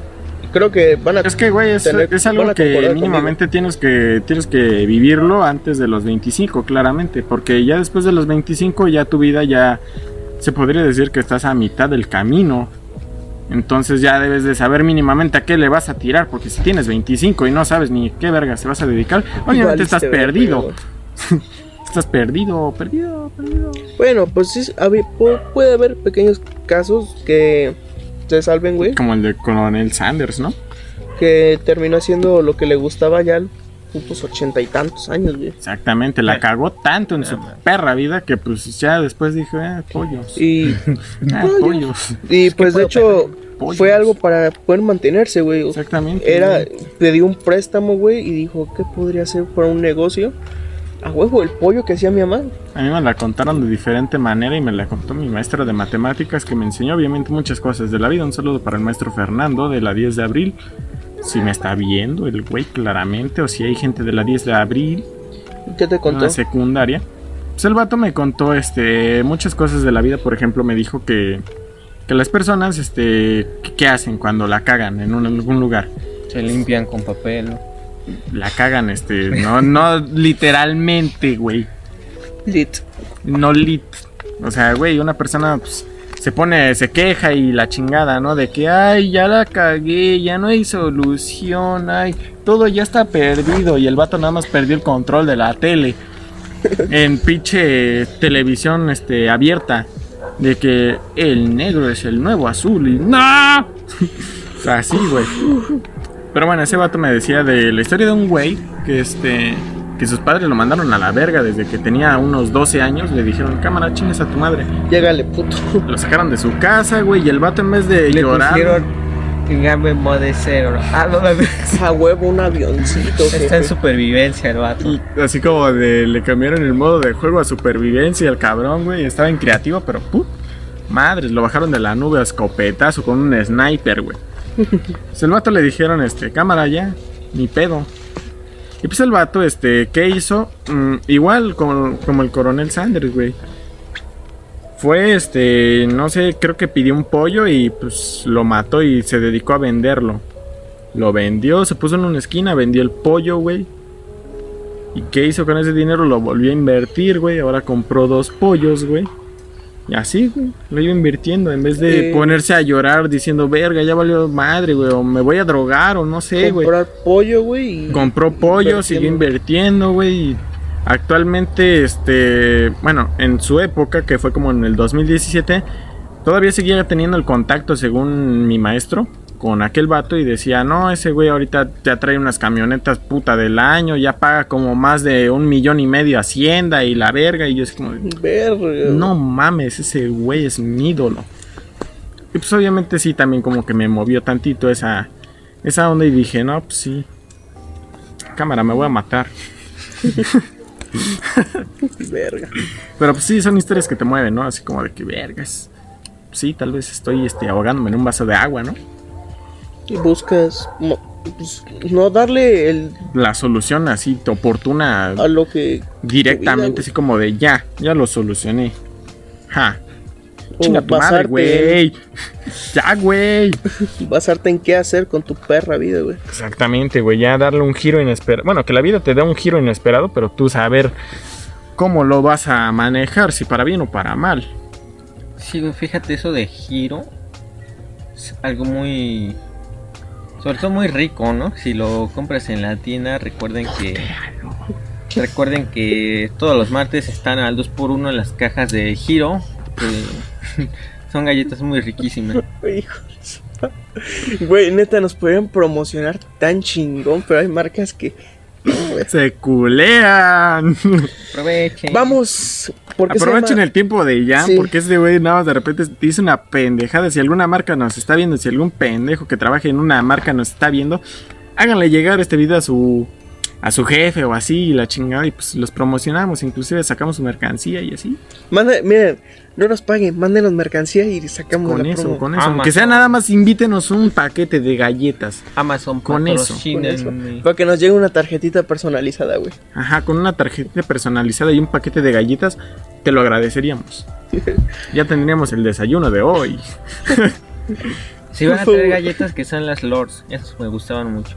Creo que van a... Es que, güey, es, Tener- es van algo a concordar que mínimamente tienes que, tienes que vivirlo antes de los 25, claramente. Porque ya después de los 25, ya tu vida ya se podría decir que estás a mitad del camino. Entonces ya debes de saber mínimamente a qué le vas a tirar. Porque si tienes 25 y no sabes ni qué verga se vas a dedicar, obviamente Valiste, estás este verga, perdido. güey. Estás perdido, perdido, perdido. Bueno, pues sí, a ver, pu- puede haber pequeños casos que se salven, güey. Como el de Coronel Sanders, ¿no? Que terminó haciendo lo que le gustaba ya pues ochenta y tantos años, güey. Exactamente, la Ay. cagó tanto en su perra vida que pues ya después dije, ah, pollos. Y, Ah, pollos. pollos. y que pues de puedo hecho Pollos. fue algo para poder mantenerse, güey. O sea, Exactamente. Era, le dio un préstamo, güey, y dijo, ¿qué podría hacer para un negocio? A huevo, el pollo que hacía mi mamá. A mí me la contaron de diferente manera y me la contó mi maestra de matemáticas que me enseñó obviamente muchas cosas de la vida. Un saludo para el maestro Fernando de la 10 de abril. Si me está viendo el güey claramente o si hay gente de la 10 de abril ¿Qué te en contó? la secundaria. Pues el vato me contó este muchas cosas de la vida, por ejemplo, me dijo que que las personas este que- qué hacen cuando la cagan en un- algún lugar. Se limpian con papel. La cagan este no no literalmente, güey. Lit. no lit. O sea, güey, una persona pues, se pone, se queja y la chingada, ¿no? De que, ay, ya la cagué, ya no hay solución, ay, todo ya está perdido y el vato nada más perdió el control de la tele. En pinche televisión este, abierta. De que el negro es el nuevo azul y ¡No! O sea, Así, güey. Pero bueno, ese vato me decía de la historia de un güey que este que sus padres lo mandaron a la verga desde que tenía unos 12 años, le dijeron, "Cámara, chingas a tu madre." Llégale, puto. Lo sacaron de su casa, güey, y el vato en vez de Le llorar pusieron Game Mode Zero. Ah, no mames. A huevo, un avioncito. Está en jefe. supervivencia el vato. y así como de le cambiaron el modo de juego a supervivencia al cabrón, güey, estaba en creativo, pero put, madres, lo bajaron de la nube a escopetazo con un sniper, güey. Pues el vato le dijeron, este, cámara ya, ni pedo. Y pues el vato, este, ¿qué hizo? Mm, igual como, como el coronel Sanders, güey. Fue, este, no sé, creo que pidió un pollo y pues lo mató y se dedicó a venderlo. Lo vendió, se puso en una esquina, vendió el pollo, güey. ¿Y qué hizo con ese dinero? Lo volvió a invertir, güey. Ahora compró dos pollos, güey. Y así, güey. Lo iba invirtiendo. En vez de Eh. ponerse a llorar diciendo, verga, ya valió madre, güey. O me voy a drogar, o no sé, güey. Comprar pollo, güey. y- Compró pollo, siguió invirtiendo, güey. y Actualmente, este, bueno, en su época, que fue como en el 2017, todavía seguía teniendo el contacto, según mi maestro, con aquel vato y decía, no, ese güey ahorita ya trae unas camionetas puta del año, ya paga como más de un millón y medio Hacienda y la verga. Y yo así como, Verga. no mames, ese güey es mi ídolo. Y pues obviamente sí, también como que me movió tantito esa, esa onda y dije, no, pues sí. Cámara, me voy a matar. Verga. Pero pues sí, son historias que te mueven, ¿no? Así como de que vergas. Sí, tal vez estoy este, ahogándome en un vaso de agua, ¿no? Y buscas. mo- pues, no darle el, La solución así oportuna a lo que. directamente, tu vida, así como de ya, ya lo solucioné. Ja. o Chinga tu madre, basarte güey. Ya, güey. en- Basarte en qué hacer con tu perra vida, güey. Exactamente, güey, ya darle un giro inesperado. Bueno, que la vida te dé un giro inesperado, pero tú saber cómo lo vas a manejar, si para bien o para mal. Sí, güey, fíjate, eso de giro es algo muy. Sobre todo muy rico, ¿no? Si lo compras en la tienda, recuerden que. Recuerden que todos los martes están al 2x1 en las cajas de giro. que son galletas muy riquísimas. Hijos. Güey, neta, nos pueden promocionar tan chingón, pero hay marcas que. pues, Se culean. Aprovechen. Vamos, porque Aprovechen el tiempo de ya, Sí. porque ese güey nada más de repente dice una pendejada. Si alguna marca nos está viendo, si algún pendejo que trabaje en una marca nos está viendo, háganle llegar este video a su a su jefe o así, y la chingada, y pues los promocionamos, inclusive sacamos su mercancía y así. Manda, miren, no nos paguen, mándenos mercancía y sacamos Con la eso, promo. con eso. Amazon. Aunque sea nada más, invítenos un paquete de galletas. Amazon Con eso. Con eso. patrocínenme. Para que nos llegue una tarjetita personalizada, güey. Ajá, con una tarjeta personalizada y un paquete de galletas, te lo agradeceríamos. Ya tendríamos el desayuno de hoy. Si van a Por favor. traer galletas que sean las Lords, esas me gustaban mucho.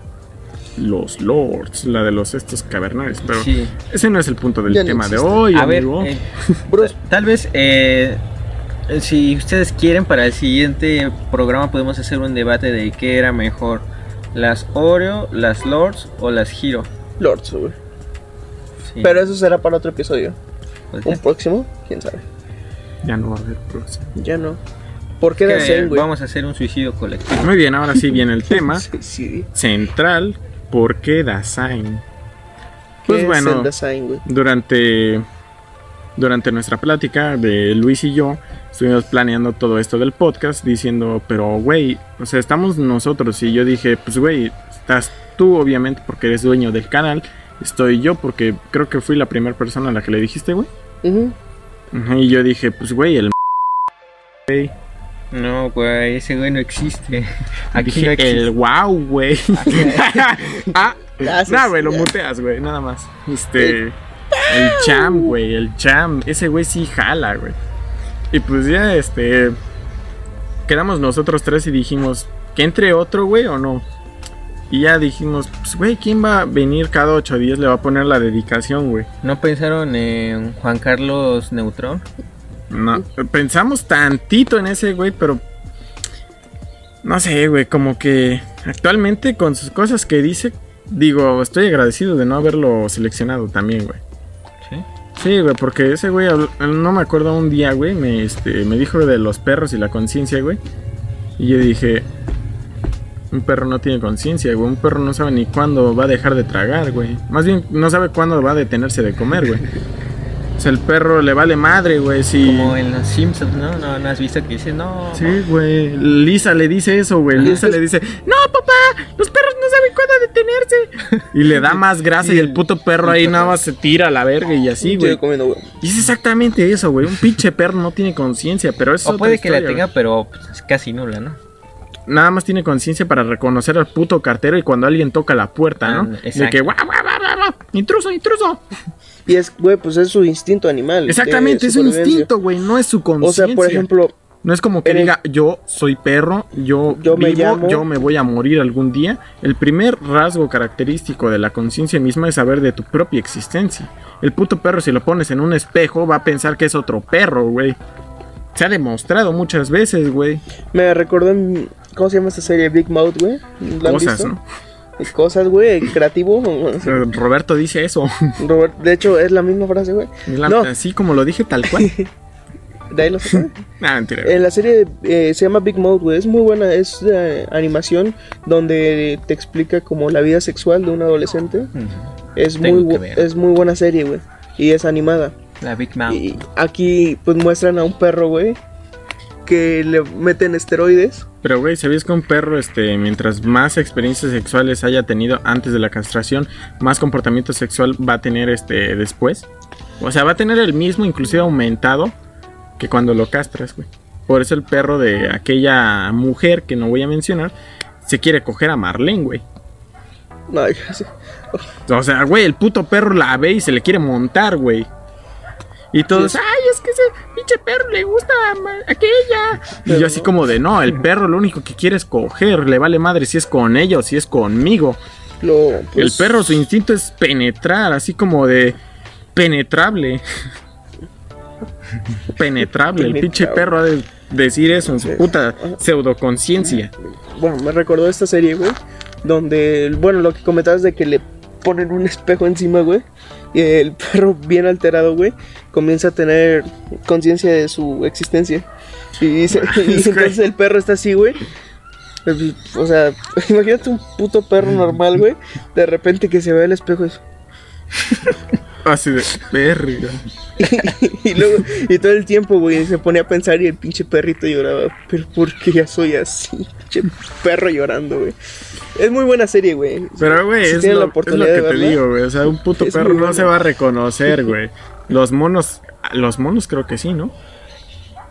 Los lords, la de los estos cavernarios. Pero Sí. ese no es el punto del Ya no tema de existe. hoy, A ver, amigo. eh, Bros, Tal vez, eh, si ustedes quieren, para el siguiente programa podemos hacer un debate de qué era mejor, las Oreo, las Lords o las Hero. Lords, güey. Sí, Pero eso será para otro episodio. pues, Un próximo, quién sabe. Ya no va a haber próximo. Ya no. ¿Por qué es que, de hacer, eh, güey? vamos a hacer un suicidio colectivo. Muy bien, ahora sí viene el tema Sí, sí. central. ¿Por qué Dasein? Pues es bueno. el design, güey? Durante, durante nuestra plática de Luis y yo, estuvimos planeando todo esto del podcast, diciendo, pero güey, o sea, estamos nosotros. Y yo dije, pues güey, estás tú obviamente porque eres dueño del canal, estoy yo porque creo que fui la primera persona a la que le dijiste, güey. Ujú. Ajá, Y yo dije, pues güey, el... No, güey, ese güey no existe. Aquí dije, no existe. el wow, güey. ah, Gracias, nada, güey, lo ya. muteas, güey, nada más. Este. El cham, güey, el cham. Ese güey sí jala, güey. Y pues ya, este. Quedamos nosotros tres y dijimos, ¿que entre otro, güey, o no? Y ya dijimos, pues, güey, ¿quién va a venir cada ocho días? Le va a poner la dedicación, güey. ¿No pensaron en Juan Carlos Neutrón? No, pensamos tantito en ese güey, pero no sé, güey, como que actualmente con sus cosas que dice, digo, estoy agradecido de no haberlo seleccionado también, güey. Sí. Sí, güey, porque ese güey, habl- no me acuerdo un día, güey, me, este, me dijo de los perros y la conciencia, güey. Y yo dije, un perro no tiene conciencia, güey, un perro no sabe ni cuándo va a dejar de tragar, güey. Más bien, no sabe cuándo va a detenerse de comer, güey. O sea, el perro le vale madre, güey, si... Como en los Simpsons, ¿no? ¿no? ¿No has visto que dice no? Sí, güey. Lisa le dice eso, güey. Lisa le dice, no, papá, los perros no saben cuándo detenerse. Y le da más grasa y el puto perro ahí nada más se tira a la verga y así, Estoy güey. comiendo, güey. Y es exactamente eso, güey. Un pinche perro no tiene conciencia, pero eso... O puede que la tenga, pero pues, es casi nula, ¿no? Nada más tiene conciencia para reconocer al puto cartero y cuando alguien toca la puerta, ¿no? Ah, De exacto. que, guau, guau, guau, guau, guau, intruso, intruso. Y es, güey, pues es su instinto animal. de Exactamente, es un supervivencia. instinto, güey. No es su O conciencia. sea, por ejemplo, No es como que Eres- diga, yo soy perro, yo, Yo me vivo, llamo- yo me voy a morir algún día. El primer rasgo característico de la conciencia misma es saber de tu propia existencia. El puto perro, si lo pones en un espejo, va a pensar que es otro perro, güey. Se ha demostrado muchas veces, güey. me recordó en- ¿Cómo se llama esta serie? Big Mouth, güey. ¿La han Cosas, visto? ¿no? Eh, Cosas, güey. Creativo. Eh, Roberto dice eso. Robert, de hecho, es la misma frase, güey. Es la- No. Así como lo dije, tal cual. De ahí lo sacaron. Ah, mentira. En la serie eh, se llama Big Mouth, güey. Es muy buena, es eh, animación donde te explica como la vida sexual de un adolescente. Es, muy, Tengo que bu- ver. es muy buena serie, güey. Y es animada. La Big Ah. Mouth. Y aquí pues muestran a un perro, güey, que le meten esteroides. Pero, güey, ¿sabías que un perro, este, mientras más experiencias sexuales haya tenido antes de la castración, más comportamiento sexual va a tener, este, después? O sea, va a tener el mismo, inclusive aumentado, que cuando lo castras, güey. Por eso el perro de aquella mujer que no voy a mencionar se quiere coger a Marlene, güey. No, yo sé. O sea, güey, el puto perro la ve y se le quiere montar, güey. Y todos, Sí, es- ay, es que ese pinche perro le gusta a ma- aquella. Y yo Pero así no. como de, no, el perro lo único que quiere es coger, le vale madre si es con ella o si es conmigo. Lo, pues, El perro su instinto es penetrar, así como de penetrable. penetrable, el pinche Penetrable. perro ha de decir eso en su puta pseudoconciencia. Bueno, me recordó esta serie, güey, donde, bueno, lo que comentabas de que le ponen un espejo encima, güey, y el perro bien alterado, güey, comienza a tener conciencia de su existencia. Y, dice, y güey. entonces el perro está así, güey. pues, O sea, imagínate un puto perro normal, güey, de repente que se ve el espejo y, Así de, verga. y luego, y todo el tiempo, güey, se pone a pensar y el pinche perrito lloraba, pero ¿por qué ya soy así? Pinche perro llorando, güey. Es muy buena serie, güey. Pero, güey, Si es, tienes lo, es la lo oportunidad que de te verla. digo, güey. O sea, un puto Es perro muy no se buena. va a reconocer, güey. Los monos, los monos creo que sí, ¿no?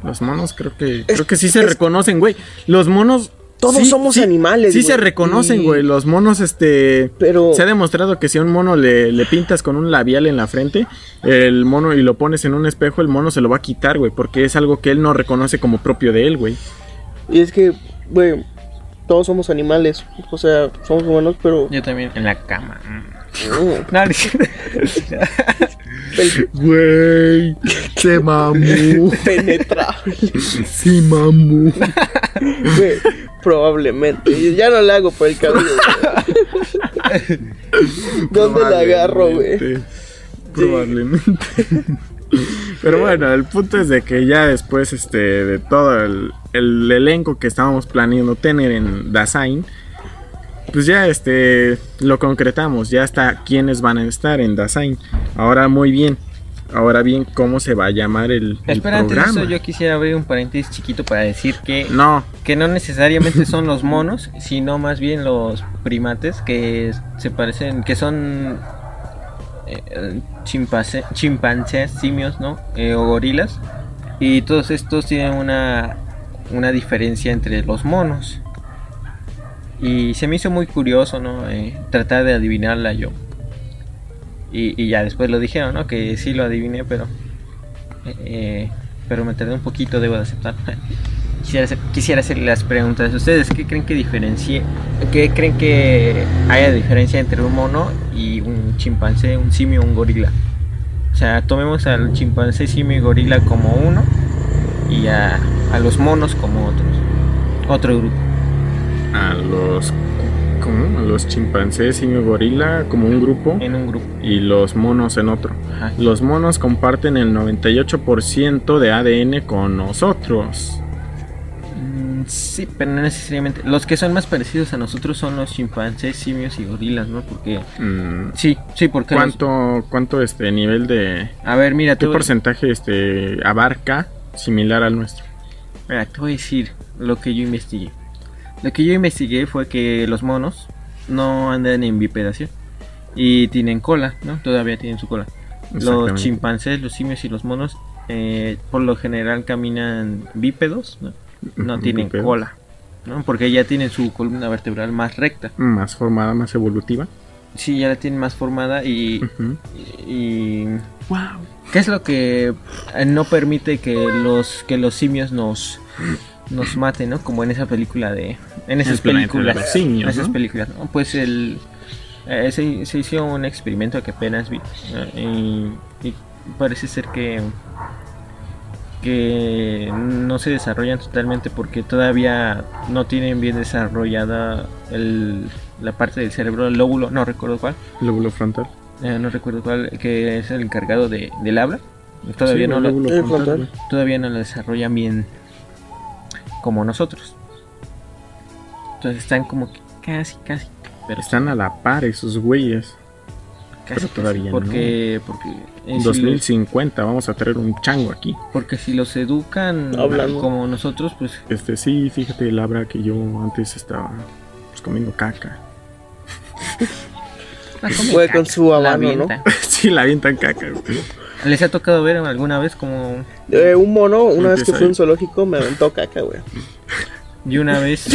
Los monos creo que, creo que sí se es- reconocen, güey. Los monos... Todos sí- somos sí- animales, Sí güey. se reconocen, Y- güey. Los monos, este... Pero- Se ha demostrado que si a un mono le, le pintas con un labial en la frente, el mono y lo pones en un espejo, el mono se lo va a quitar, güey. Porque es algo que él no reconoce como propio de él, güey. Y es que, güey, todos somos animales. O sea, somos humanos, pero. uh, Yo también. En la cama. Mm. no, No, no es cierto. el Güey, se mamó, penetrable, se mamó. güey. Probablemente. Y Ya no la hago por el cabello, güey. ¿Dónde la agarro, güey? Probablemente. Probablemente. Pero bueno, el punto es de que ya después este, de todo el, el elenco que estábamos planeando tener en Dasein, pues ya este lo concretamos, ya está quiénes van a estar en Dasein. Ahora muy bien. Ahora bien, ¿cómo se va a llamar el, el Espera, antes de programa? eso yo quisiera abrir un paréntesis chiquito para decir que No, que no necesariamente son los monos, sino más bien los primates que se parecen, que son eh, chimpancé- chimpancés, simios, ¿no? Eh, o gorilas. Y todos estos tienen una, una diferencia entre los monos. Y se me hizo muy curioso, ¿no? Eh, tratar de adivinarla yo. Y, y ya después lo dijeron, ¿no? Que sí lo adiviné, pero... eh, pero me tardé un poquito, debo de aceptar. Quisiera, hacer- quisiera hacer las preguntas a ustedes. ¿Qué creen que diferencie, qué creen que haya diferencia entre un mono y un chimpancé, un simio, un gorila? O sea, tomemos al chimpancé, simio y gorila como uno y a, a los monos como otros, otro grupo. a los ¿cómo? A los chimpancés y un gorila como un grupo En un grupo. y los monos en otro. Ajá. Los monos comparten el 98% de ADN con nosotros. Mm, Sí, pero no necesariamente. Los que son más parecidos a nosotros son los chimpancés, simios y gorilas, ¿no? Porque... Mm, Sí, sí, porque... los- ¿Cuánto cuánto este nivel de A ver, mira, qué tú... porcentaje este abarca similar al nuestro? Mira, te voy a decir lo que yo investigué. Lo que yo investigué fue que los monos no andan en bipedales y tienen cola, ¿no? Todavía tienen su cola. Los Exactamente. chimpancés, los simios y los monos eh, por lo general caminan bípedos, ¿no? No tienen Bípedos. cola, ¿no? Porque ya tienen su columna vertebral más recta. más formada, más evolutiva. Sí, ya la tienen más formada y... Ujú. y ¿Qué es lo que eh, no permite que los que los simios nos nos maten, ¿no? Como en esa película de en esas El planeta de películas, los simios, en esas ¿no? películas, ¿no? Pues el eh, se, se hizo un experimento que apenas vi eh, y, y parece ser que que no se desarrollan totalmente porque todavía no tienen bien desarrollada el- la parte del cerebro, el lóbulo, no recuerdo cuál, Lóbulo frontal. eh, no recuerdo cuál, que es el encargado de, del habla. Todavía, Sí, no el lo, lóbulo Eh, frontal. güey. todavía no lo desarrollan bien como nosotros. Entonces están como que casi, casi, pero Están a la par esos güeyes. casi, casi, todavía no. porque, porque, eh, si los, 2050 vamos a traer un chango aquí. porque si los educan Hablando. como nosotros, pues Este sí, fíjate Labra que yo antes estaba pues, comiendo caca. la comen Fue caca, con su la habano, ¿no? avientan. sí, la avientan caca. güey. ¿Les ha tocado ver alguna vez como Eh, un mono, una vez Empieza que fui a ahí. un zoológico, me aventó caca, güey. de una vez?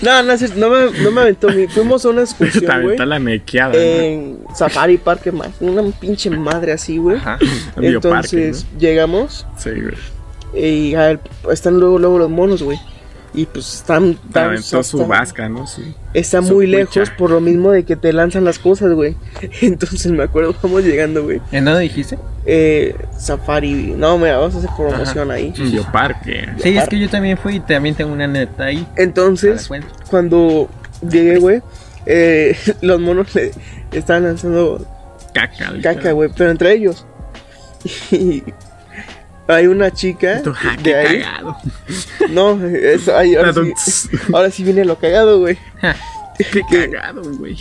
No, no, es cierto, no, me, no me aventó. mi- Fuimos a una Te excursión, güey. Eh, aventó la mequeada. güey. En Safari Park, más. Una pinche madre así, güey. Ajá. En bioparque, Entonces llegamos ¿no? Sí, güey. y a ver, están luego, luego los monos, güey. Y pues están. Te están- aventó su están- vasca, ¿no? Sí. Está Su muy cucha. lejos por lo mismo de que te lanzan las cosas, güey. Entonces me acuerdo, vamos llegando, güey. ¿En dónde dijiste? Eh, Safari, no, mira, vamos a hacer promoción ahí. En bioparque. Sí, es que yo también fui y también tengo una neta ahí. Ahora Entonces, cuento. cuando llegué, güey, eh, los monos le estaban lanzando Caca. güey. caca, güey, pero entre ellos. Y hay una chica Tu jaque de ahí. cagado. No, eso, ahí, ahora, Perdón. sí, ahora sí viene lo cagado, güey. Qué cagado, güey.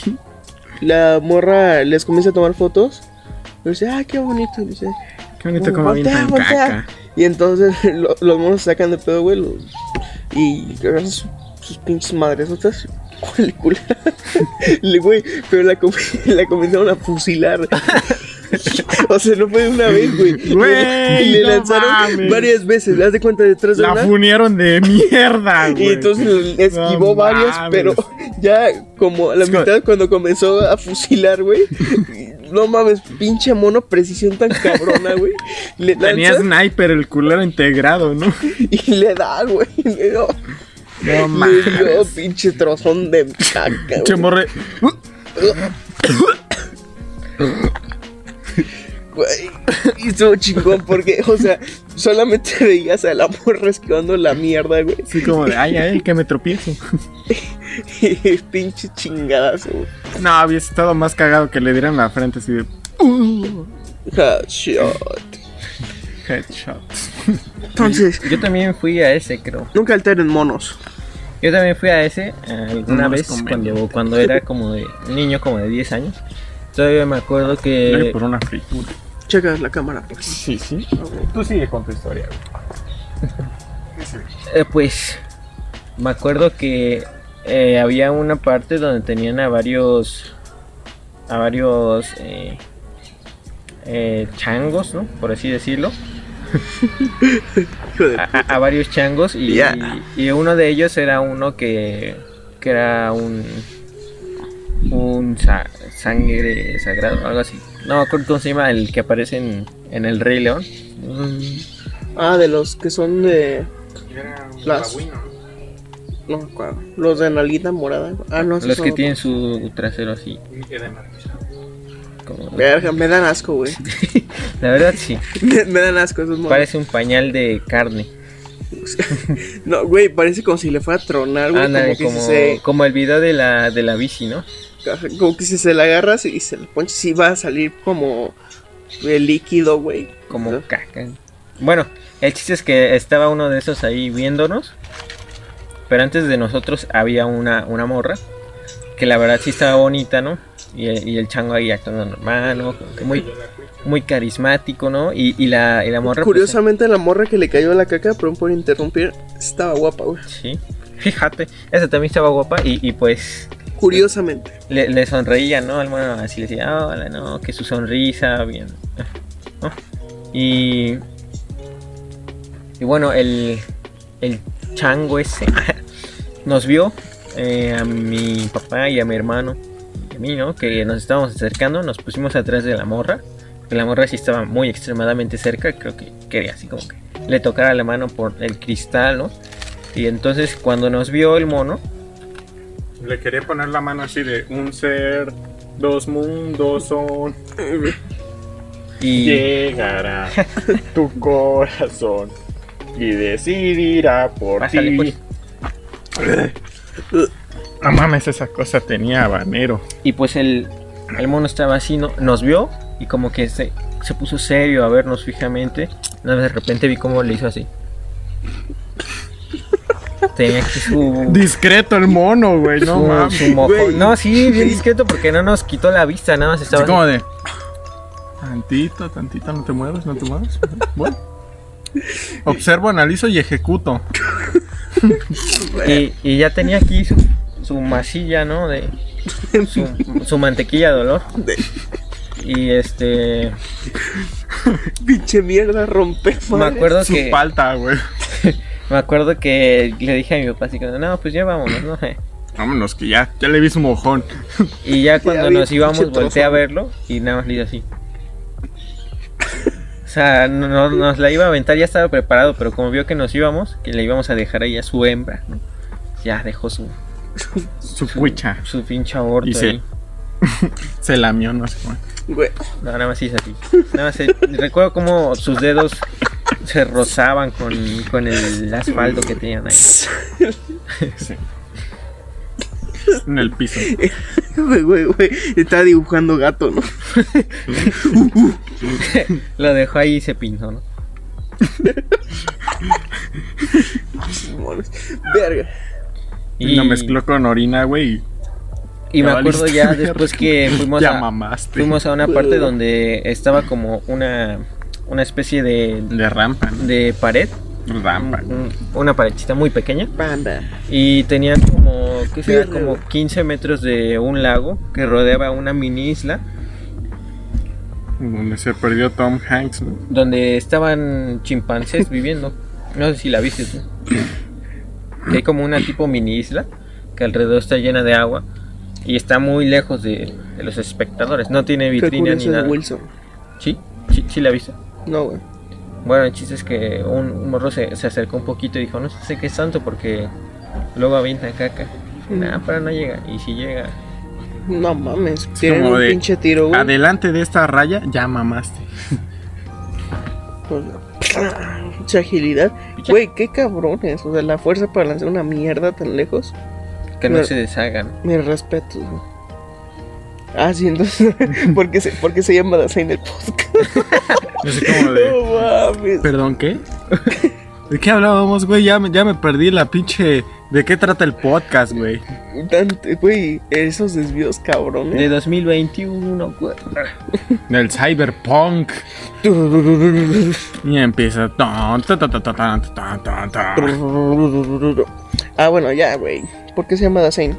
La morra les comienza a tomar fotos. Y dice, ah, qué bonito. Y dice, Qué bonito como Voltea, avientan voltea. caca. Y entonces lo- los monos se sacan de pedo, güey. los- y agarran sus, sus pinches madresotas. Órale, culera. Le- Güey, pero la, com- la comenzaron a fusilar. o sea, no fue una vez, güey. Le- Güey, Le, no lanzaron mames. varias veces. Haz de cuenta detrás de La una. funieron de mierda, güey. Y entonces le esquivó No varias, mames. pero ya como a la Es como- mitad cuando comenzó a fusilar, güey. No mames, pinche mono, precisión tan cabrona, güey. Le Tenía lanza- sniper el culero integrado, ¿no? Y le da, güey. Le dio, No le dio mames. pinche trozón de caca, Che güey. morre. güey. Y estuvo chingón porque, o sea, solamente veías a la morra esquivando la mierda, güey. Así como de, ay, ay, que me tropiezo. Y pinche chingadazo, güey. No, había estado más cagado que le dieran la frente así de Headshot. headshot. Entonces, Yo también fui a ese, creo. nunca alteren monos. Yo también fui a ese eh, alguna No es vez cuando, conveniente. cuando era como de niño, como de 10 años. Todavía me acuerdo Dale que por una fritura. Checa la cámara, pues. Sí, por favor. sí. Tú sigue con tu historia, güey. Eh, pues me acuerdo que eh, había una parte donde tenían a varios a varios eh, eh, changos, ¿no? Por así decirlo, Hijo de- a, a- a varios changos y, Ya. y uno de ellos era uno que, que era un un sa- sangre sagrado, algo así. No me acuerdo cómo se llama el que aparece en, en el Rey León. Mm. Ah, de los que son de. Las- No, me acuerdo. los de nalguita morada. Ah, no, esos Los son que otros. tienen su trasero así. como- Verga, me dan asco, güey. La verdad sí, me, me dan asco esos monos. parece un pañal de carne. No, güey, parece como si le fuera a tronar, güey. Ándale, como que como, si se. como el video de la, de la bici, ¿no? Ajá, Como que si se la agarras y se la ponches, sí va a salir como de líquido, güey. Como Ajá. caca. Bueno, el chiste es que estaba uno de esos ahí viéndonos. Pero antes de nosotros había una, una morra. Que la verdad sí estaba bonita, ¿no? Y, el- y el chango ahí actuando normal, ¿no? Como que muy, muy carismático, ¿no? Y, y la, y la morra. pues, Curiosamente, la morra que le cayó la caca, perdón por interrumpir, estaba guapa, güey. sí. Fíjate, esa también estaba guapa. Y, y pues Curiosamente. le, le sonreía, ¿no? Al mono así le decía, "Ah, hola, no, que su sonrisa, bien. ¿no? Y. Y bueno, el. El chango ese nos vio eh, a mi papá y a mi hermano. Y a mí, ¿no? Que nos estábamos acercando, nos pusimos atrás de la morra. Que la morra sí estaba muy extremadamente cerca, creo que quería así como que le tocara la mano por el cristal, ¿no? Y entonces cuando nos vio el mono, Le quería poner la mano así de un ser, dos mundos son, y. llegará tu corazón y decidirá por Pásale, ti. pues. No mames, esa cosa tenía habanero. Y pues el, el mono estaba así, ¿no? nos vio y como que se, se puso serio a vernos fijamente. Nada más de repente vi cómo le hizo así. Tenía aquí su, Discreto el mono, güey, no su- mames. su mojo. güey. No, sí, bien discreto porque no nos quitó la vista, nada más Así estaba. como de. Tantito, tantito, no te muevas, no te muevas. Bueno. Observo, analizo y ejecuto. y, y ya tenía aquí su, su masilla, ¿no? De, su, su mantequilla de olor. Y este. Pinche mierda, rompe Me madres. acuerdo Su que. palta, güey. Me acuerdo que le dije a mi papá así como, no, pues ya vámonos, ¿no? Vámonos, que ya, ya le vi su mojón. Y ya cuando vi nos pinche íbamos, trozo. volteé a verlo y nada más le hice así. O sea, no- no- nos la iba a aventar, ya estaba preparado, pero como vio que nos íbamos, que le íbamos a dejar ahí a su hembra, ¿no? Ya dejó su, Su cuicha. su pinche aborto Y se- ahí. Se lamió, no sé cómo. Güey, No, nada más hizo así. Nada más se- recuerdo cómo sus dedos se rozaban con, con el asfalto que tenían ahí. Sí. En el piso. güey, güey, güey. Estaba dibujando gato, ¿no? Lo dejó ahí y se pintó, ¿no? Monos. Verga. Y... Y, Lo mezcló con orina, güey. y y me ya acuerdo valiste ya verga. después que fuimos Ya a, mamaste. Fuimos a una Pues, parte donde estaba como una, una especie de, De rampa, ¿no? de pared, Rampa. un- una paredcita muy pequeña, Panda. y tenían como, ¿qué será? Pierde, como güey. 15 metros de un lago que rodeaba una mini isla Donde se perdió Tom Hanks, ¿no? donde estaban chimpancés viviendo. No sé si la viste tú. Que hay como una tipo mini isla que alrededor está llena de agua y está muy lejos de, de los espectadores. No tiene Qué vitrina ni curioso de nada. Wilson. ¿Sí? ¿Sí? ¿Sí la viste? No, güey. Bueno, el chiste es que un, un morro se, se acercó un poquito y dijo, no sé qué es tanto porque luego avienta caca. Nada, para no llega. Y si llega, No mames. Es Tienen como un de, pinche tiro, güey. Adelante de esta raya, ya mamaste. Pues, Mucha agilidad. Güey, qué cabrones. O sea, la fuerza para lanzar una mierda tan lejos. que no Claro. se deshagan. Mis respetos, güey. Ah, sí, entonces. ¿por, qué se, por qué se llama Dasein el podcast? Así como de. No mames. ¿Perdón qué? ¿De qué hablábamos, güey? Ya, me- ya me perdí la pinche ¿De qué trata el podcast, güey? Tant- Güey, esos desvíos cabrones. De 2021, cuerda. Del cyberpunk. Y empieza. ton, ta, ta, ta, ta, ta, ta, ta, ta. Ah, bueno, ya, güey. ¿Por qué se llama Dasein?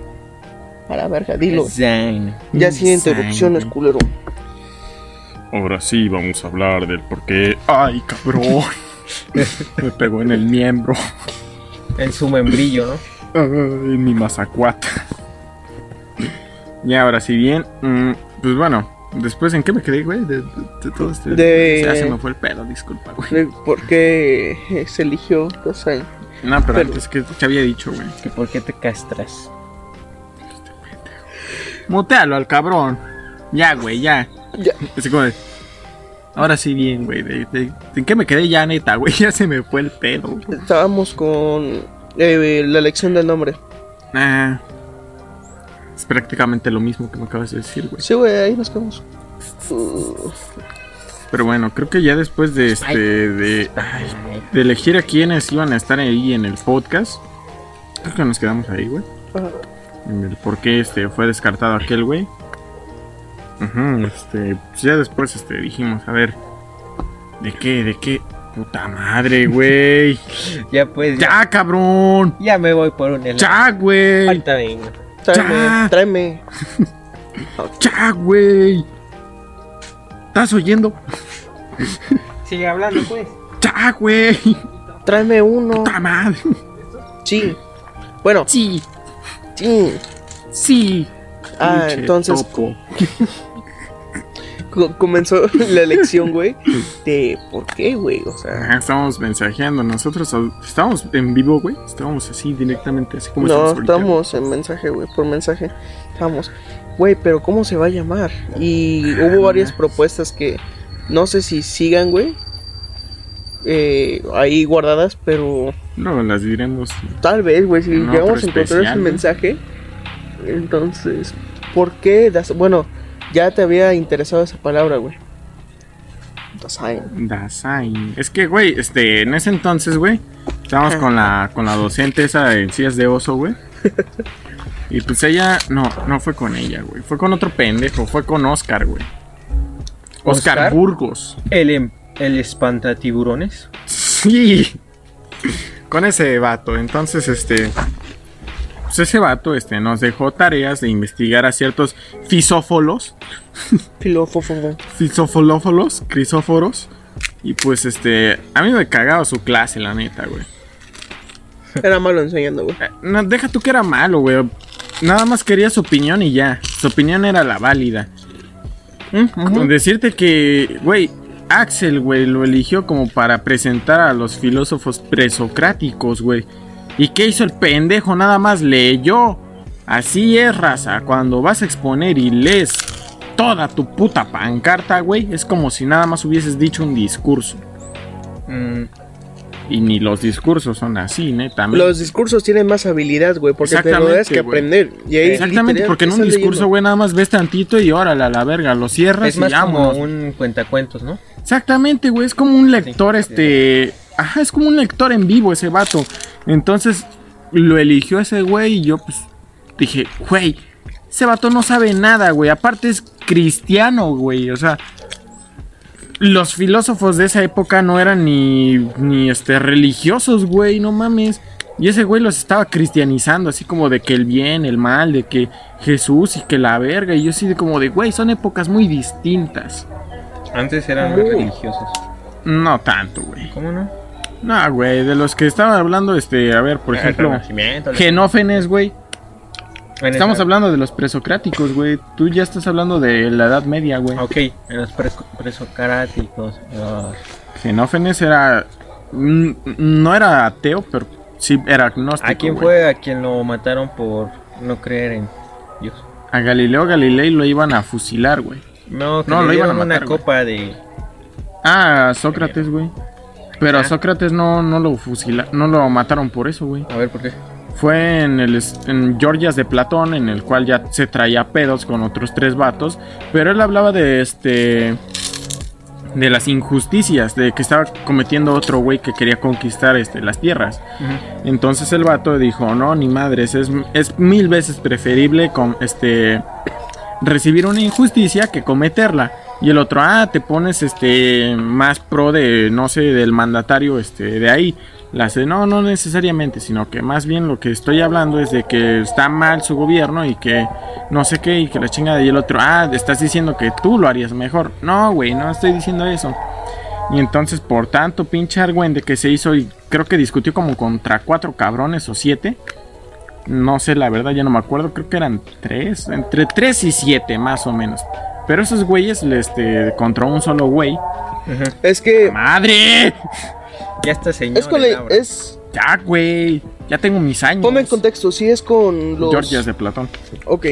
A la verga, dilo. Zayn. Ya sin Dasein. interrupciones, culero. Ahora sí vamos a hablar del por qué. ¡Ay, cabrón! Me pegó en el miembro. En su membrillo, ¿no? Ay, mi mazacuata. Y ahora, si bien, mm, pues bueno, después en qué me quedé, güey, de, de- de todo este. De- Ya se me fue el pedo, disculpa, güey. De ¿Por qué eh, se eligió Dasein? No, pero, Pero- antes que te había dicho, güey. Que por qué te castras. Mutealo al cabrón. Ya, güey, ya. Ya. Así como de, Ahora sí, bien, güey. de- de- ¿En qué me quedé ya, neta, güey? Ya se me fue el pedo. güey. Estábamos con eh, la elección del nombre. Ah, es prácticamente lo mismo que me acabas de decir, güey. Sí, güey, ahí nos quedamos. Uh, Pero bueno, creo que ya después de este. de. ay, Ay, de elegir a quienes iban a estar ahí en el podcast. Creo que nos quedamos ahí, güey. ah, En el por qué este, fue descartado aquel, güey. Ujú, este, pues ya después este, dijimos, a ver, ¿de qué? ¿De qué? Puta madre, güey. Ya pues, ya. ya, cabrón. Ya me voy por un helado. Ya, güey. Falta de uno. Tráeme, Ya. tráeme. Ya, güey. ¿Estás oyendo? Sigue hablando, pues. Ya, güey. Tráeme uno. Puta madre. Sí. Bueno, Sí, sí. sí. Ah, Pinche entonces topo. co- comenzó la elección, güey. De por qué, güey. O sea, Ajá, estábamos mensajeando. Nosotros au- estábamos en vivo, güey. Estábamos así directamente, así como no, ahorita, güey. estamos en mensaje, güey. Por mensaje. Estamos. Güey, pero ¿cómo se va a llamar? Y hubo varias propuestas que no sé si sigan, güey. eh, ahí guardadas, pero Luego las diremos. Tal vez, güey, si No, llegamos pero a encontrar ese especial, ¿no? mensaje. Entonces, ¿por qué? das- Bueno, ya te había interesado esa palabra, güey. Dasein. Dasein. Es que, güey, este, en ese entonces, güey, estábamos Ajá. con la, con la docente esa de sillas de oso, güey. Y pues ella, no, no fue con ella, güey. Fue con otro pendejo, fue con Oscar, güey. Oscar, ¿Oscar? Burgos. El, em- el espantatiburones. Sí. Con ese vato. Entonces, este. Pues ese vato, este, nos dejó tareas de investigar a ciertos fisófolos. Filófofo. Fisofolófolos, crisóforos. Y pues este, a mí me cagaba su clase, la neta, güey. Era malo enseñando, güey. Eh, No, deja tú que era malo, güey. Nada más quería su opinión y ya. Su opinión era la válida. Con decirte que, güey, Axel, güey, lo eligió como para presentar a los filósofos presocráticos, güey. ¿Y qué hizo el pendejo? Nada más leyó. Así es, raza. Cuando vas a exponer y lees toda tu puta pancarta, güey, es como si nada más hubieses dicho un discurso. Mm, Y ni los discursos son así, neta. Los discursos tienen más habilidad, güey, porque te lo Exactamente, das que güey. aprender. Y ahí, Exactamente, literal, porque en un estás discurso, leyendo. güey, nada más ves tantito y órale a la verga, lo cierras Es más y como vámonos. un cuentacuentos, ¿no? Exactamente, güey, es como un lector, Sí, este... Ajá, es como un lector en vivo ese vato. Entonces, lo eligió ese güey y yo, pues, dije, güey, ese vato no sabe nada, güey. Aparte es cristiano, güey, o sea... Los filósofos de esa época no eran ni, ni este, religiosos, güey, no mames. Y ese güey los estaba cristianizando, así como de que el bien, el mal, de que Jesús y que la verga. Y yo así de como de, güey, son épocas muy distintas. Antes eran más Muy. religiosos. No tanto, güey. ¿Cómo no? No, güey, de los que estaban hablando, este, a ver, por El ejemplo, Renacimiento, la- Genófenes, güey. en el- Estamos hablando de los presocráticos, güey. Tú ya estás hablando de la Edad Media, güey. Ok, en los preso- presocráticos. ah, Este Genófenes era. mm, No era ateo, pero sí era agnóstico. ¿A quién güey. fue a quien lo mataron por no creer en Dios? A Galileo Galilei lo iban a fusilar, güey. No, que No, le lo iban a dieron una matar, güey. copa de. Ah, a Sócrates, güey. Pero a Ah. Sócrates no, no lo fusila, no lo mataron por eso, güey. A ver por qué. Fue en el es- en Georgias de Platón, en el cual ya se traía pedos con otros tres vatos, pero él hablaba de este de las injusticias de que estaba cometiendo otro güey que quería conquistar este, las tierras. Entonces el vato dijo, no, ni madres, es, es mil veces preferible con, este, recibir una injusticia que cometerla. Y el otro, ah, te pones este más pro de, no sé, del mandatario este, de ahí. La hace, no, no necesariamente, sino que más bien lo que estoy hablando es de que está mal su gobierno y que no sé qué, y que la chingada. Y el otro, ah, estás diciendo que tú lo harías mejor. No, güey, no estoy diciendo eso. Y entonces, por tanto, pinche argüende que se hizo, y creo que discutió como contra cuatro cabrones o siete. No sé, la verdad, ya no me acuerdo. Creo que eran tres. Entre tres y siete, más o menos. Pero esos güeyes, este, contra un solo güey. Es que ¡Madre! Ya está señor. es con la- el Aura. es Ya, güey. Ya tengo mis años. ponme en contexto, sí es con los Georgias de Platón. Ok.